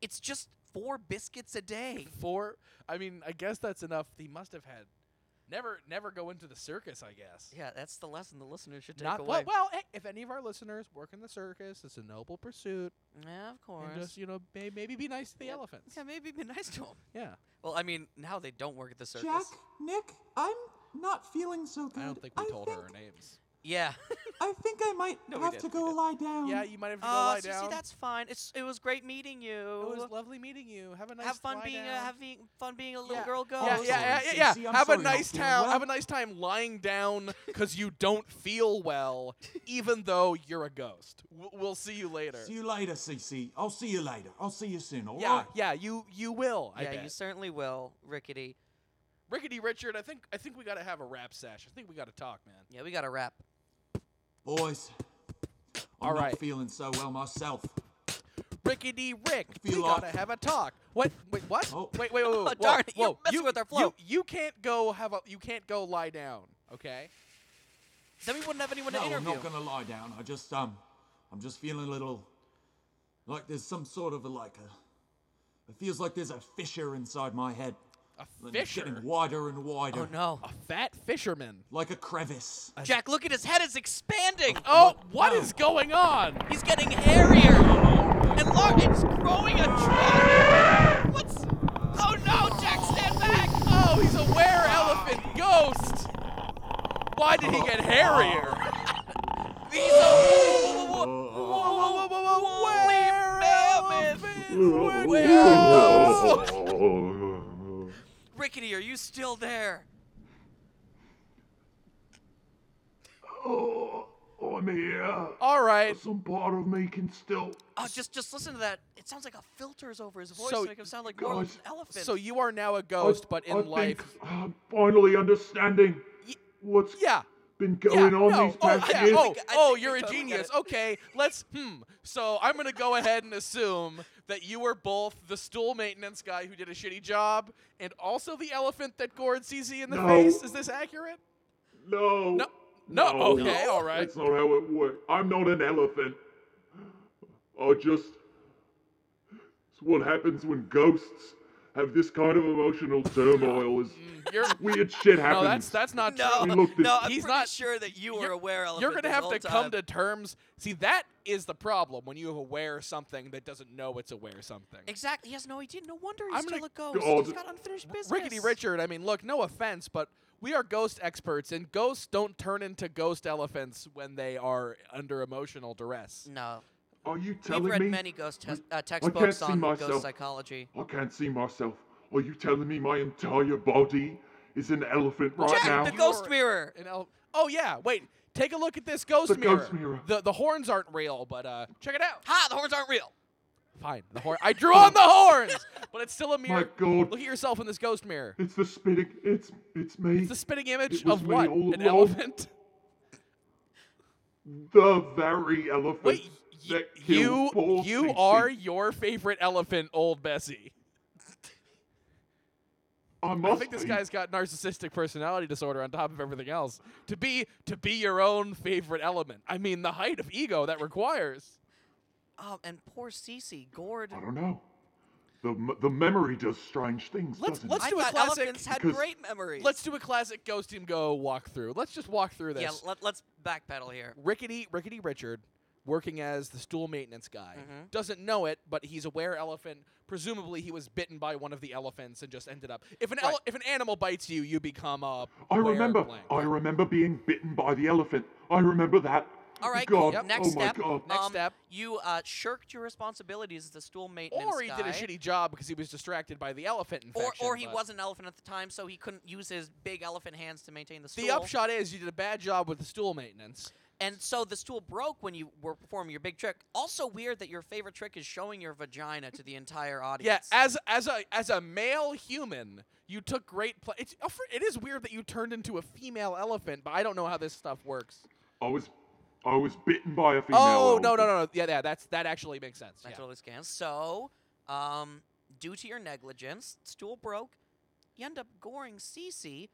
Speaker 2: It's just four biscuits a day.
Speaker 1: Four. I mean, I guess that's enough. He must have had. Never, never go into the circus. I guess.
Speaker 2: Yeah, that's the lesson the listeners should take
Speaker 1: Not
Speaker 2: away.
Speaker 1: well. Well, hey, if any of our listeners work in the circus, it's a noble pursuit,
Speaker 2: Yeah, of course.
Speaker 1: and just you know, may, maybe be nice to the elephants.
Speaker 2: yeah, maybe be nice to them.
Speaker 1: Yeah.
Speaker 2: Well, I mean, now they don't work at the circus.
Speaker 4: Jack, Nick, I'm not feeling so good.
Speaker 1: I don't think we told her our
Speaker 4: think-
Speaker 1: names.
Speaker 2: Yeah.
Speaker 4: I think I might
Speaker 2: No, we
Speaker 4: have to
Speaker 2: didn't, we
Speaker 4: go
Speaker 2: didn't.
Speaker 4: lie down.
Speaker 1: Yeah, you might have to go
Speaker 2: Uh,
Speaker 1: lie
Speaker 2: Cece,
Speaker 1: down.
Speaker 2: that's fine. It's it was great meeting you.
Speaker 1: it was lovely meeting you. Have a nice
Speaker 2: have fun
Speaker 1: lie
Speaker 2: being
Speaker 1: down.
Speaker 2: a, having fun being a little
Speaker 1: Yeah.
Speaker 2: girl ghost.
Speaker 1: yeah,
Speaker 3: Oh,
Speaker 1: yeah,
Speaker 3: sorry,
Speaker 1: yeah, yeah,
Speaker 3: Cece,
Speaker 1: yeah.
Speaker 3: I'm
Speaker 1: Have a
Speaker 3: sorry, not
Speaker 1: nice
Speaker 3: feeling
Speaker 1: time.
Speaker 3: well.
Speaker 1: Have a nice time lying down because you don't feel well, even though you're a ghost. W- We'll see you later.
Speaker 3: See you later, CC. I'll see you later. I'll see you soon. All right.
Speaker 1: yeah, yeah, you you will. I
Speaker 2: Yeah,
Speaker 1: bet.
Speaker 2: you certainly will, Rickety.
Speaker 1: Rickety Richard, I think I think we gotta have a rap sesh. I think we gotta talk, man.
Speaker 2: Yeah, we got a wrap.
Speaker 3: Boys. I'm
Speaker 1: All
Speaker 3: not
Speaker 1: right.
Speaker 3: feeling so well myself.
Speaker 1: Rickety Rick, we
Speaker 3: feel
Speaker 1: gotta
Speaker 3: like-
Speaker 1: have a talk. What? Wait, what?
Speaker 3: Oh.
Speaker 1: Wait, wait, wait, wait. whoa,
Speaker 2: darn it, you're
Speaker 1: whoa.
Speaker 2: messing
Speaker 1: you,
Speaker 2: with our
Speaker 1: You,
Speaker 2: flow.
Speaker 1: you can't go have a. You can't go lie down. Okay.
Speaker 2: Then we wouldn't have anyone
Speaker 3: No,
Speaker 2: to
Speaker 3: I'm
Speaker 2: interview.
Speaker 3: not gonna lie down. I just um, I'm just feeling a little like there's some sort of a, like a. It feels like there's a fissure inside my head.
Speaker 1: A
Speaker 3: and it's
Speaker 1: fisher.
Speaker 3: getting wider and wider.
Speaker 2: Oh no.
Speaker 1: A fat fisherman.
Speaker 3: Like a crevice.
Speaker 2: Jack, look at his head. It's expanding. Oh,
Speaker 1: Oh, what is going on?
Speaker 2: He's getting hairier and large. It's growing atrocious. What's? Oh no, Jack, stand back.
Speaker 1: Oh, he's a were elephant ghost. Why did he get hairier?
Speaker 2: He's a. Whoa, whoa, whoa,
Speaker 1: Whoa, were elephant.
Speaker 2: whoa.
Speaker 1: Were-
Speaker 2: Rickety, are you still there?
Speaker 5: Oh, I'm here.
Speaker 1: All right.
Speaker 5: Some part of me can still.
Speaker 2: Oh, just just listen to that. It sounds like a filter's over his voice
Speaker 1: So-
Speaker 2: to make him sound like more of an
Speaker 5: Guys,
Speaker 2: elephant.
Speaker 1: So you are now a ghost, but in
Speaker 5: I
Speaker 1: life.
Speaker 5: Think I'm finally understanding what's
Speaker 1: Yeah.
Speaker 5: been
Speaker 1: Yeah,
Speaker 5: going on
Speaker 1: no.
Speaker 5: these
Speaker 1: oh,
Speaker 5: past
Speaker 1: yeah.
Speaker 5: years.
Speaker 1: oh,
Speaker 2: think- I
Speaker 1: oh,
Speaker 2: think we
Speaker 1: you're a
Speaker 2: totally get
Speaker 1: genius.
Speaker 2: it.
Speaker 1: Okay, let's. Hmm. So I'm gonna go ahead and assume that you were both the stool maintenance guy who did a shitty job, and also the elephant that gored CZ in the
Speaker 5: No.
Speaker 1: face. Is this accurate?
Speaker 5: No.
Speaker 1: No. No. Okay. All right.
Speaker 5: That's not how it works. I'm not an elephant. I just. It's what happens when ghosts have this kind of emotional turmoil. Is
Speaker 1: You're.
Speaker 5: weird shit happens.
Speaker 1: Mm. No, that's that's not
Speaker 2: no,
Speaker 1: true.
Speaker 5: We looked at-
Speaker 2: no, I'm
Speaker 1: He's
Speaker 2: pretty
Speaker 1: not-
Speaker 2: sure that you were
Speaker 1: You're-
Speaker 2: aware elephant.
Speaker 1: You're gonna
Speaker 2: this
Speaker 1: have
Speaker 2: whole
Speaker 1: to
Speaker 2: time.
Speaker 1: come to terms. See, that is the problem when you aware something that doesn't know it's aware something.
Speaker 2: Exactly. He has no idea. No wonder he's
Speaker 1: I'm
Speaker 2: still
Speaker 1: gonna-
Speaker 2: a ghost.
Speaker 5: Oh,
Speaker 2: he's
Speaker 5: th-
Speaker 2: got unfinished business.
Speaker 1: Rickety Richard, I mean, look, no offense, but we are ghost experts, and ghosts don't turn into ghost elephants when they are under emotional duress.
Speaker 2: No,
Speaker 5: Are you
Speaker 2: we've
Speaker 5: telling
Speaker 2: read
Speaker 5: me?
Speaker 2: many ghost tes- uh,
Speaker 5: can't
Speaker 2: textbooks
Speaker 5: see
Speaker 2: on ghost
Speaker 5: myself.
Speaker 2: psychology.
Speaker 5: I can't see myself. Are you telling me my entire body is an elephant right
Speaker 2: Jack,
Speaker 5: now?
Speaker 2: the
Speaker 1: You
Speaker 2: ghost
Speaker 1: are-
Speaker 2: mirror.
Speaker 1: An el- oh yeah, wait, take a look at this ghost
Speaker 5: The
Speaker 1: mirror.
Speaker 5: ghost mirror.
Speaker 1: The the horns aren't real, but uh, check it out.
Speaker 2: Ha! The horns aren't real.
Speaker 1: Fine, the horn. I drew on the horns, but it's still a mirror.
Speaker 5: My God.
Speaker 1: Look at yourself in this ghost mirror.
Speaker 5: It's the spinning. It's it's me.
Speaker 1: It's the spitting image
Speaker 5: It was
Speaker 1: of
Speaker 5: me
Speaker 1: what?
Speaker 5: all
Speaker 1: An
Speaker 5: along.
Speaker 1: elephant.
Speaker 5: the very elephant
Speaker 1: Wait, y-
Speaker 5: that
Speaker 1: you
Speaker 5: killed Paul
Speaker 1: you
Speaker 5: Cici.
Speaker 1: are your favorite elephant, old Bessie.
Speaker 5: I
Speaker 1: I
Speaker 5: must
Speaker 1: think this
Speaker 5: be.
Speaker 1: guy's got narcissistic personality disorder on top of everything else. To be to be your own favorite element. I mean, the height of ego that requires.
Speaker 2: Oh, and poor Cece gored.
Speaker 5: I don't know. The m- the memory does strange things,
Speaker 1: Let's-
Speaker 5: doesn't
Speaker 1: let's
Speaker 5: it?
Speaker 2: I
Speaker 1: do a
Speaker 2: thought
Speaker 1: classic-
Speaker 2: elephants had
Speaker 5: Because-
Speaker 2: great memories.
Speaker 1: Let's do a classic ghost and go walkthrough. Let's just walk through this.
Speaker 2: yeah, let, let's backpedal here.
Speaker 1: Rickety Rickety Richard, working as the stool maintenance guy, doesn't know it, but he's a were elephant. Presumably, he was bitten by one of the elephants and just ended up. If an ele- if an animal bites you, you become a.
Speaker 5: I remember.
Speaker 1: were-blank.
Speaker 5: I remember being bitten by the elephant. I remember that.
Speaker 2: All right,
Speaker 5: God.
Speaker 2: cool. Next
Speaker 5: oh my
Speaker 2: step.
Speaker 5: God.
Speaker 1: Next
Speaker 2: um,
Speaker 1: step.
Speaker 2: You uh, shirked your responsibilities as the stool maintenance
Speaker 1: Or he did a
Speaker 2: guy.
Speaker 1: shitty job because he was distracted by the elephant
Speaker 2: or,
Speaker 1: infection.
Speaker 2: or he
Speaker 1: but-
Speaker 2: was an elephant at the time, so he couldn't use his big elephant hands to maintain the stool.
Speaker 1: The upshot is you did a bad job with the stool maintenance.
Speaker 2: And so the stool broke when you were performing your big trick. Also weird that your favorite trick is showing your vagina to the entire
Speaker 1: Yeah,
Speaker 2: audience.
Speaker 1: as as a as a male human, you took great pleasure. It's uh, it is weird that you turned into a female elephant, but I don't know how this stuff works.
Speaker 5: I was, I was bitten by a female.
Speaker 1: Oh no
Speaker 5: elephant.
Speaker 1: no no no! Yeah yeah, that's that actually makes sense.
Speaker 2: that
Speaker 1: yeah.
Speaker 2: totally scans. So, um, due to your negligence, stool broke. You end up goring Cece.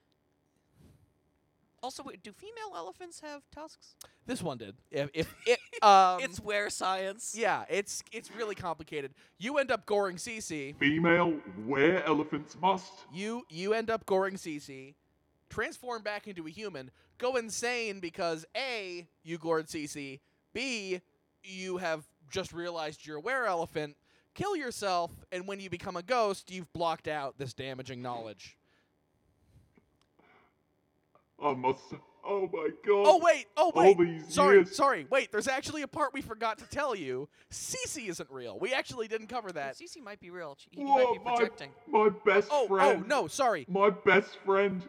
Speaker 2: Also, wait, do female elephants have tusks?
Speaker 1: This one did. If if it, um,
Speaker 2: it's where science.
Speaker 1: yeah, it's it's really complicated. You end up goring Cece.
Speaker 5: Female where elephants must.
Speaker 1: You you end up goring Cece, transform back into a human, go insane because A, you gored Cece, B, you have just realized you're a were elephant, kill yourself, and when you become a ghost, you've blocked out this damaging knowledge.
Speaker 5: I must. Oh my God.
Speaker 1: Oh wait, oh
Speaker 5: All
Speaker 1: wait.
Speaker 5: these
Speaker 1: sorry,
Speaker 5: years.
Speaker 1: sorry. Wait, there's actually a part we forgot to tell you. Cece isn't real. We actually didn't cover
Speaker 2: Well,
Speaker 1: that.
Speaker 2: Cece might be real. She, he might
Speaker 5: Whoa,
Speaker 2: be
Speaker 5: Oh my,
Speaker 2: projecting.
Speaker 5: my best
Speaker 1: Oh,
Speaker 5: friend.
Speaker 1: oh no, sorry.
Speaker 5: My best friend.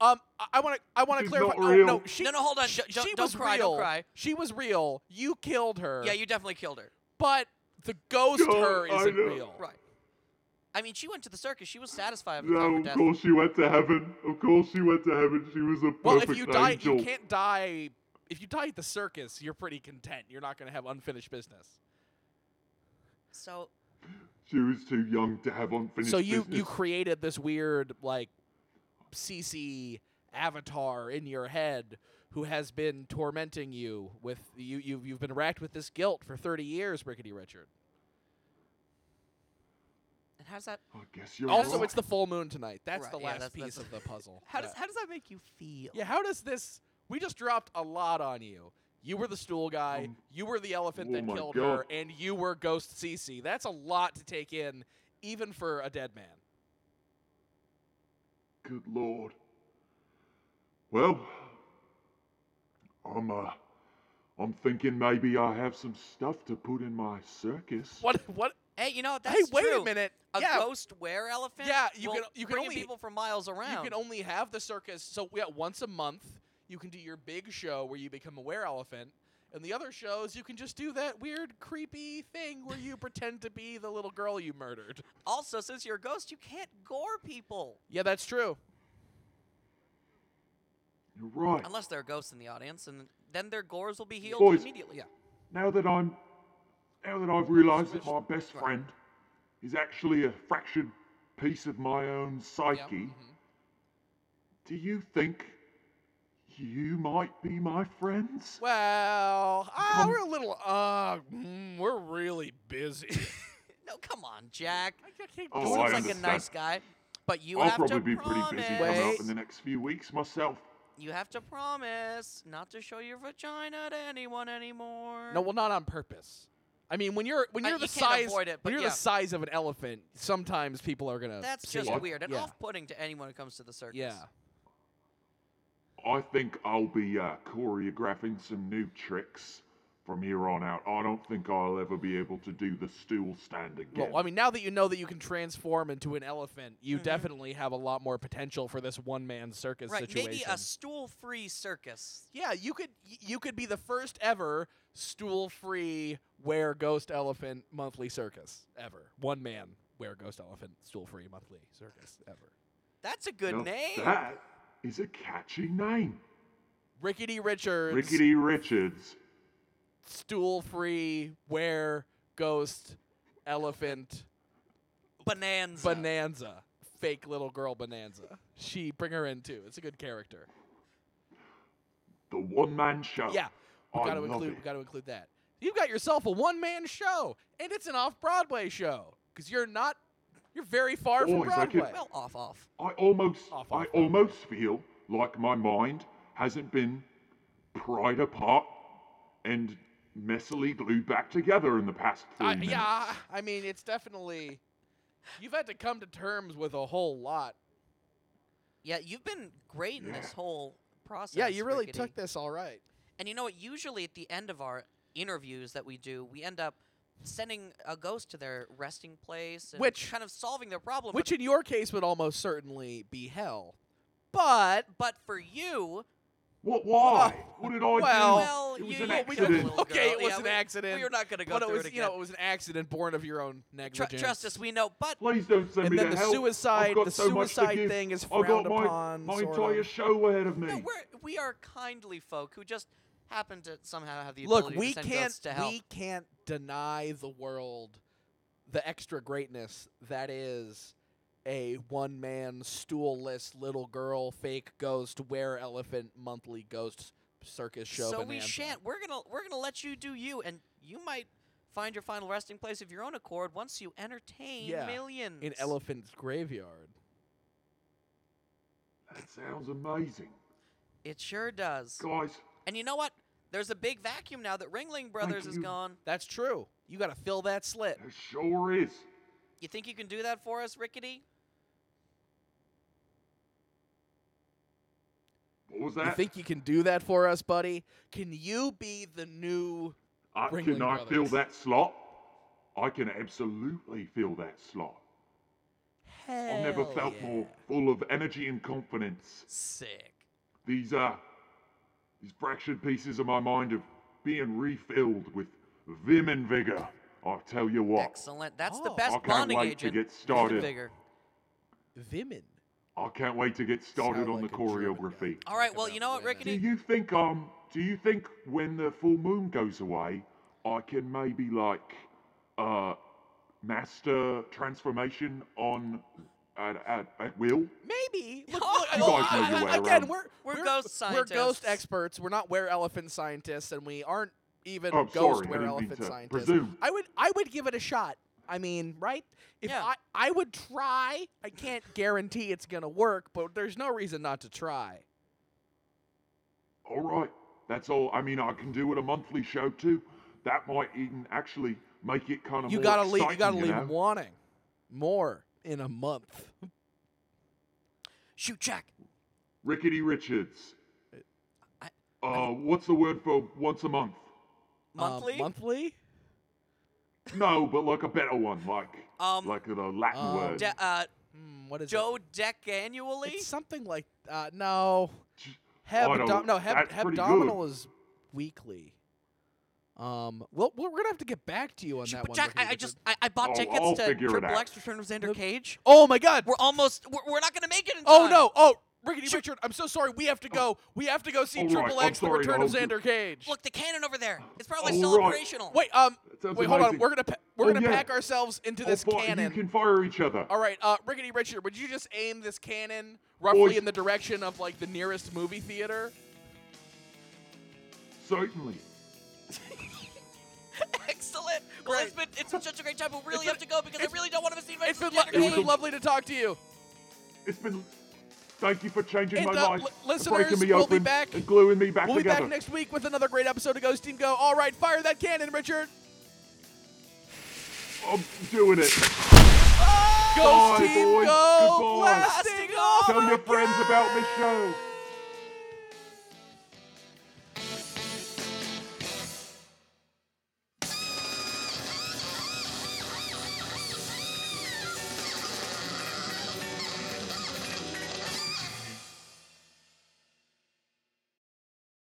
Speaker 1: Um, I- I want to, I want to
Speaker 5: She's
Speaker 1: clarify.
Speaker 5: not
Speaker 1: Oh,
Speaker 5: real.
Speaker 1: no, she,
Speaker 2: No, no, hold on.
Speaker 1: sh-
Speaker 2: Don't-
Speaker 1: She,
Speaker 2: don't- don't
Speaker 1: was
Speaker 2: cry,
Speaker 1: real.
Speaker 2: don't cry.
Speaker 1: She was real. You killed her.
Speaker 2: Yeah, you definitely killed her.
Speaker 1: But the ghost
Speaker 5: No,
Speaker 1: her
Speaker 5: I
Speaker 1: isn't
Speaker 5: know.
Speaker 1: real.
Speaker 2: Right. I mean, she went to the circus. She was satisfied with
Speaker 5: No,
Speaker 2: her
Speaker 5: of
Speaker 2: death.
Speaker 5: course she went to heaven. Of course she went to heaven. She was a perfect
Speaker 1: Well, if you die,
Speaker 5: angel.
Speaker 1: you can't die. If you die at the circus, you're pretty content. You're not going to have unfinished business.
Speaker 2: So
Speaker 5: She was too young to have unfinished
Speaker 1: so you
Speaker 5: business.
Speaker 1: you created this weird like CC avatar in your head who has been tormenting you with you you've, you've been racked with this guilt for 30 years, Rickety Richard.
Speaker 2: And how's that?
Speaker 5: I guess you're
Speaker 1: Also,
Speaker 5: right.
Speaker 1: it's the full moon tonight. That's
Speaker 2: Right,
Speaker 1: the
Speaker 2: yeah,
Speaker 1: last
Speaker 2: that's-
Speaker 1: piece of
Speaker 2: that's-
Speaker 1: the puzzle.
Speaker 2: How
Speaker 1: yeah.
Speaker 2: does how does that make you feel?
Speaker 1: Yeah, how does this? We just dropped a lot on you. You were the stool guy.
Speaker 5: Um,
Speaker 1: you were the elephant
Speaker 5: oh
Speaker 1: that
Speaker 5: my
Speaker 1: killed
Speaker 5: God.
Speaker 1: her, and you were Ghost Cece. That's a lot to take in, even for a dead man.
Speaker 5: Good lord. Well, I'm uh, I'm thinking maybe I have some stuff to put in my circus.
Speaker 1: What? What?
Speaker 2: Hey, you know that's
Speaker 1: hey, wait
Speaker 2: true.
Speaker 1: a minute.
Speaker 2: A
Speaker 1: yeah,
Speaker 2: ghost were elephant.
Speaker 1: Yeah, you
Speaker 2: will
Speaker 1: can- you can
Speaker 2: bring
Speaker 1: only-
Speaker 2: people from miles around.
Speaker 1: You can only have the circus. So yeah, once a month you can do your big show where you become a were elephant, and the other shows you can just do that weird, creepy thing where you pretend to be the little girl you murdered.
Speaker 2: also, since you're a ghost, you can't gore people
Speaker 1: Yeah, that's true.
Speaker 5: You're right.
Speaker 2: unless there are ghosts in the audience, and then their gores will be healed
Speaker 5: Boys.
Speaker 2: immediately. Yeah.
Speaker 5: Now that I'm, now that I've realised that my best friend is actually a fractured piece of my own psyche,
Speaker 1: mm-hmm.
Speaker 5: do you think you might be my friends?
Speaker 1: Well,
Speaker 5: Um,
Speaker 1: ah, we're a little. Uh, mm, we're really busy.
Speaker 2: No, come on, Jack.
Speaker 5: Oh,
Speaker 2: Seems
Speaker 5: I
Speaker 2: like
Speaker 5: understand.
Speaker 2: a nice guy, but you
Speaker 5: I'll
Speaker 2: have
Speaker 5: probably
Speaker 2: to
Speaker 5: be pretty
Speaker 2: promise.
Speaker 5: busy coming up
Speaker 1: Wait.
Speaker 5: in the next few weeks myself.
Speaker 2: You have to promise not to show your vagina to anyone anymore.
Speaker 1: no, well, not on purpose. I mean, when you're when
Speaker 2: Uh,
Speaker 1: you're the
Speaker 2: you can't
Speaker 1: size
Speaker 2: avoid it, but
Speaker 1: when you're
Speaker 2: yeah.
Speaker 1: the size of an elephant, sometimes people are gonna.
Speaker 2: that's
Speaker 1: see
Speaker 2: just
Speaker 1: it.
Speaker 2: weird and
Speaker 1: Yeah.
Speaker 2: off-putting to anyone who comes to the circus.
Speaker 1: Yeah.
Speaker 5: I think I'll be uh, choreographing some new tricks from here on out. I don't think I'll ever be able to do the stool stand again.
Speaker 1: Well, I mean, now that you know that you can transform into an elephant, you
Speaker 2: Mm-hmm.
Speaker 1: definitely have a lot more potential for this one man circus
Speaker 2: Right,
Speaker 1: situation.
Speaker 2: maybe a stool-free circus.
Speaker 1: yeah, you could y- you could be the first ever stool free wear ghost elephant monthly circus ever. One man wear ghost elephant stool free monthly circus ever.
Speaker 2: That's a good
Speaker 5: Now,
Speaker 2: name.
Speaker 5: That is a catchy name.
Speaker 1: Rickety Richards
Speaker 5: Rickety Richards.
Speaker 1: stool free wear ghost elephant
Speaker 2: Bonanza.
Speaker 1: bonanza. Fake little girl bonanza. She bring her in too. It's a good character.
Speaker 5: The one man show.
Speaker 1: Yeah, we
Speaker 5: I
Speaker 1: got to
Speaker 5: love
Speaker 1: include.
Speaker 5: it.
Speaker 1: We got to include that. You've got yourself a one-man show, and it's an off-Broadway show because you're not. You're very far from
Speaker 5: Boys, I could-
Speaker 1: Broadway.
Speaker 2: well, off, off.
Speaker 5: I almost,
Speaker 1: Off,
Speaker 5: I
Speaker 1: off, off.
Speaker 5: almost feel like my mind hasn't been pried apart and messily glued back together in the past three
Speaker 1: I,
Speaker 5: minutes.
Speaker 1: yeah, I mean, it's definitely. You've had to come to terms with a whole lot.
Speaker 2: Yeah, you've been great in this
Speaker 5: Yeah.
Speaker 2: whole process.
Speaker 1: yeah, you really
Speaker 2: Rickety.
Speaker 1: took this all right.
Speaker 2: And you know what? Usually at the end of our interviews that we do, we end up sending a ghost to their resting place, and
Speaker 1: Which-
Speaker 2: kind of solving their problem.
Speaker 1: Which, in your case, would almost certainly be hell. But
Speaker 2: but, but for you,
Speaker 5: What? Why? what did I
Speaker 1: Oh, well,
Speaker 2: well,
Speaker 5: do? It was
Speaker 2: you,
Speaker 5: an
Speaker 2: you- we took a
Speaker 5: accident.
Speaker 2: little
Speaker 1: Okay,
Speaker 2: girl.
Speaker 1: it was
Speaker 2: Yeah,
Speaker 1: an
Speaker 2: we-
Speaker 1: accident,
Speaker 2: We are not going to go
Speaker 1: but it
Speaker 2: through
Speaker 1: was,
Speaker 2: it again.
Speaker 1: you know, it was an accident born of your own
Speaker 2: Tru-
Speaker 1: negligence.
Speaker 2: trust us, we know. But
Speaker 5: Please don't send
Speaker 1: And
Speaker 5: me
Speaker 1: then
Speaker 5: to
Speaker 1: the
Speaker 5: hell.
Speaker 1: suicide-
Speaker 5: I've got
Speaker 1: the
Speaker 5: so much to
Speaker 1: suicide
Speaker 5: give.
Speaker 1: thing is
Speaker 5: I've got
Speaker 1: frowned
Speaker 5: my,
Speaker 1: upon,
Speaker 5: My
Speaker 1: sort
Speaker 5: entire
Speaker 1: of.
Speaker 5: show ahead of me.
Speaker 2: no, we're, we are kindly folk who just happen to somehow have the
Speaker 1: Look,
Speaker 2: ability
Speaker 1: we
Speaker 2: to send
Speaker 1: can't
Speaker 2: ghosts to help.
Speaker 1: we can't deny the world the extra greatness that is a one man stoolless little girl fake ghost wear elephant monthly ghost circus show.
Speaker 2: so we
Speaker 1: bonanza.
Speaker 2: shan't. We're gonna we're gonna let you do you, and you might find your final resting place of your own accord once you entertain
Speaker 1: Yeah, in
Speaker 2: millions.
Speaker 1: in elephant's graveyard.
Speaker 5: That sounds amazing,
Speaker 2: It sure does.
Speaker 5: guys.
Speaker 2: And you know what? There's a big vacuum now that Ringling Brothers is
Speaker 5: you.
Speaker 2: gone.
Speaker 1: That's true. You got to fill that slit.
Speaker 5: There sure is.
Speaker 2: You think you can do that for us, Rickety?
Speaker 5: What was
Speaker 1: You
Speaker 5: that?
Speaker 1: think you can do that for us, buddy? Can you be the new?
Speaker 5: I,
Speaker 1: Ringling
Speaker 5: can I fill
Speaker 1: Brothers?
Speaker 5: that slot? I can absolutely fill that slot. I've never
Speaker 1: Hell
Speaker 5: felt
Speaker 1: yeah.
Speaker 5: more full of energy and confidence.
Speaker 2: Sick.
Speaker 5: These uh, these fractured pieces of my mind have being refilled with vim and vigor. I tell you what.
Speaker 2: Excellent. That's the
Speaker 1: Oh.
Speaker 5: I
Speaker 2: best
Speaker 5: can't
Speaker 2: bonding
Speaker 5: wait to
Speaker 2: agent.
Speaker 5: get started.
Speaker 2: Bigger.
Speaker 1: Vimin.
Speaker 5: I can't wait to get started
Speaker 1: Sound
Speaker 5: on
Speaker 1: like
Speaker 5: the
Speaker 1: a German
Speaker 5: choreography.
Speaker 1: guy.
Speaker 2: All right.
Speaker 1: Talk
Speaker 2: Well,
Speaker 1: about
Speaker 2: you know what,
Speaker 1: women.
Speaker 5: Do
Speaker 2: Rickety?
Speaker 5: you think um do you think when the full moon goes away, I can maybe like uh master transformation on at, at, at will.
Speaker 1: Maybe. Look,
Speaker 2: Oh.
Speaker 1: look,
Speaker 2: You
Speaker 1: well,
Speaker 5: guys know your
Speaker 1: I- I-
Speaker 5: way
Speaker 1: again,
Speaker 5: around.
Speaker 1: we're,
Speaker 2: We're ghost
Speaker 1: We're ghost
Speaker 2: scientists.
Speaker 1: experts. We're not were elephant scientists, and we aren't even
Speaker 5: Oh,
Speaker 1: ghost
Speaker 5: sorry, I
Speaker 1: were
Speaker 5: didn't mean
Speaker 1: elephant
Speaker 5: to
Speaker 1: scientists.
Speaker 5: presume.
Speaker 1: I would I would give it a shot. I mean, right? If
Speaker 2: Yeah.
Speaker 1: I I would try. I can't guarantee it's gonna work, but there's no reason not to try.
Speaker 5: All right. That's all. I mean, I can do it a monthly show too. That might even actually make it kind of
Speaker 1: you
Speaker 5: more
Speaker 1: gotta leave. You
Speaker 5: exciting,
Speaker 1: gotta leave
Speaker 5: know?
Speaker 1: wanting more in a month. Uh,
Speaker 2: Shoot, Jack.
Speaker 5: Rickety Richards.
Speaker 2: I-
Speaker 5: Uh, what's the word for once a month?
Speaker 1: Uh,
Speaker 2: Monthly.
Speaker 1: monthly.
Speaker 5: No, but like a better one, like
Speaker 2: Um,
Speaker 5: like the Latin
Speaker 1: um,
Speaker 5: word.
Speaker 2: De- uh,
Speaker 1: Hmm, what is it?
Speaker 2: Joe Deck annually.
Speaker 1: It's something like uh, no.
Speaker 5: I don't-
Speaker 1: Hebdo- no, heb-
Speaker 5: Oh, that's pretty
Speaker 1: hebdominal
Speaker 5: good.
Speaker 1: is weekly. Um, well, we're gonna have to get back to you on
Speaker 2: Shoot,
Speaker 1: that
Speaker 2: but
Speaker 1: one.
Speaker 2: Jack,
Speaker 1: Ricky
Speaker 2: I, I
Speaker 1: Richard.
Speaker 2: just I, I bought
Speaker 5: I'll-
Speaker 2: tickets
Speaker 5: I'll
Speaker 2: to
Speaker 5: figure it
Speaker 2: Triple
Speaker 5: out.
Speaker 2: X Return of Xander Cage.
Speaker 1: Oh my God!
Speaker 2: We're almost. We're, we're not gonna make it in time.
Speaker 1: oh no! Oh, Rickety Richard, I'm so sorry. We have to go. We have to go see
Speaker 5: All Oh. right,
Speaker 1: Triple
Speaker 5: I'm
Speaker 1: X: The
Speaker 5: sorry to
Speaker 1: Return of
Speaker 5: hold you.
Speaker 1: Xander Cage.
Speaker 2: Look, the cannon over there. It's probably
Speaker 5: Oh,
Speaker 2: still
Speaker 5: right.
Speaker 2: operational.
Speaker 1: wait, um,
Speaker 5: That sounds
Speaker 1: wait, hold on.
Speaker 5: amazing.
Speaker 1: We're gonna pa- we're
Speaker 5: Oh,
Speaker 1: gonna
Speaker 5: yeah.
Speaker 1: pack ourselves into
Speaker 5: Oh,
Speaker 1: this
Speaker 5: fi-
Speaker 1: cannon.
Speaker 5: You can fire each other.
Speaker 1: All right, uh, Rickety Richard, would you just aim this cannon roughly
Speaker 5: Boys.
Speaker 1: in the direction of like the nearest movie theater?
Speaker 5: Certainly.
Speaker 2: Excellent. Well, it's been it's been such a great time. We really
Speaker 1: been-
Speaker 2: have to go because I
Speaker 1: it's-
Speaker 2: really don't want to miss the invite
Speaker 1: It's
Speaker 2: to
Speaker 1: been,
Speaker 2: the
Speaker 1: lo-
Speaker 2: Xander
Speaker 1: it's been
Speaker 2: Cage.
Speaker 1: lovely to talk to you.
Speaker 5: It's been. Thank you for changing
Speaker 1: And,
Speaker 5: my
Speaker 1: uh,
Speaker 5: life,
Speaker 1: li-
Speaker 5: for
Speaker 1: listeners,
Speaker 5: breaking me
Speaker 1: we'll be
Speaker 5: open,
Speaker 1: back-
Speaker 5: and gluing me back
Speaker 1: We'll be
Speaker 5: together.
Speaker 1: back next week with another great episode of Ghost Team Go. All right, fire that cannon, Richard.
Speaker 5: I'm doing it.
Speaker 1: Ghost
Speaker 5: Bye,
Speaker 1: Team
Speaker 5: boys.
Speaker 1: Go.
Speaker 5: Goodbye.
Speaker 1: Blasting off.
Speaker 5: Tell your friends about this show.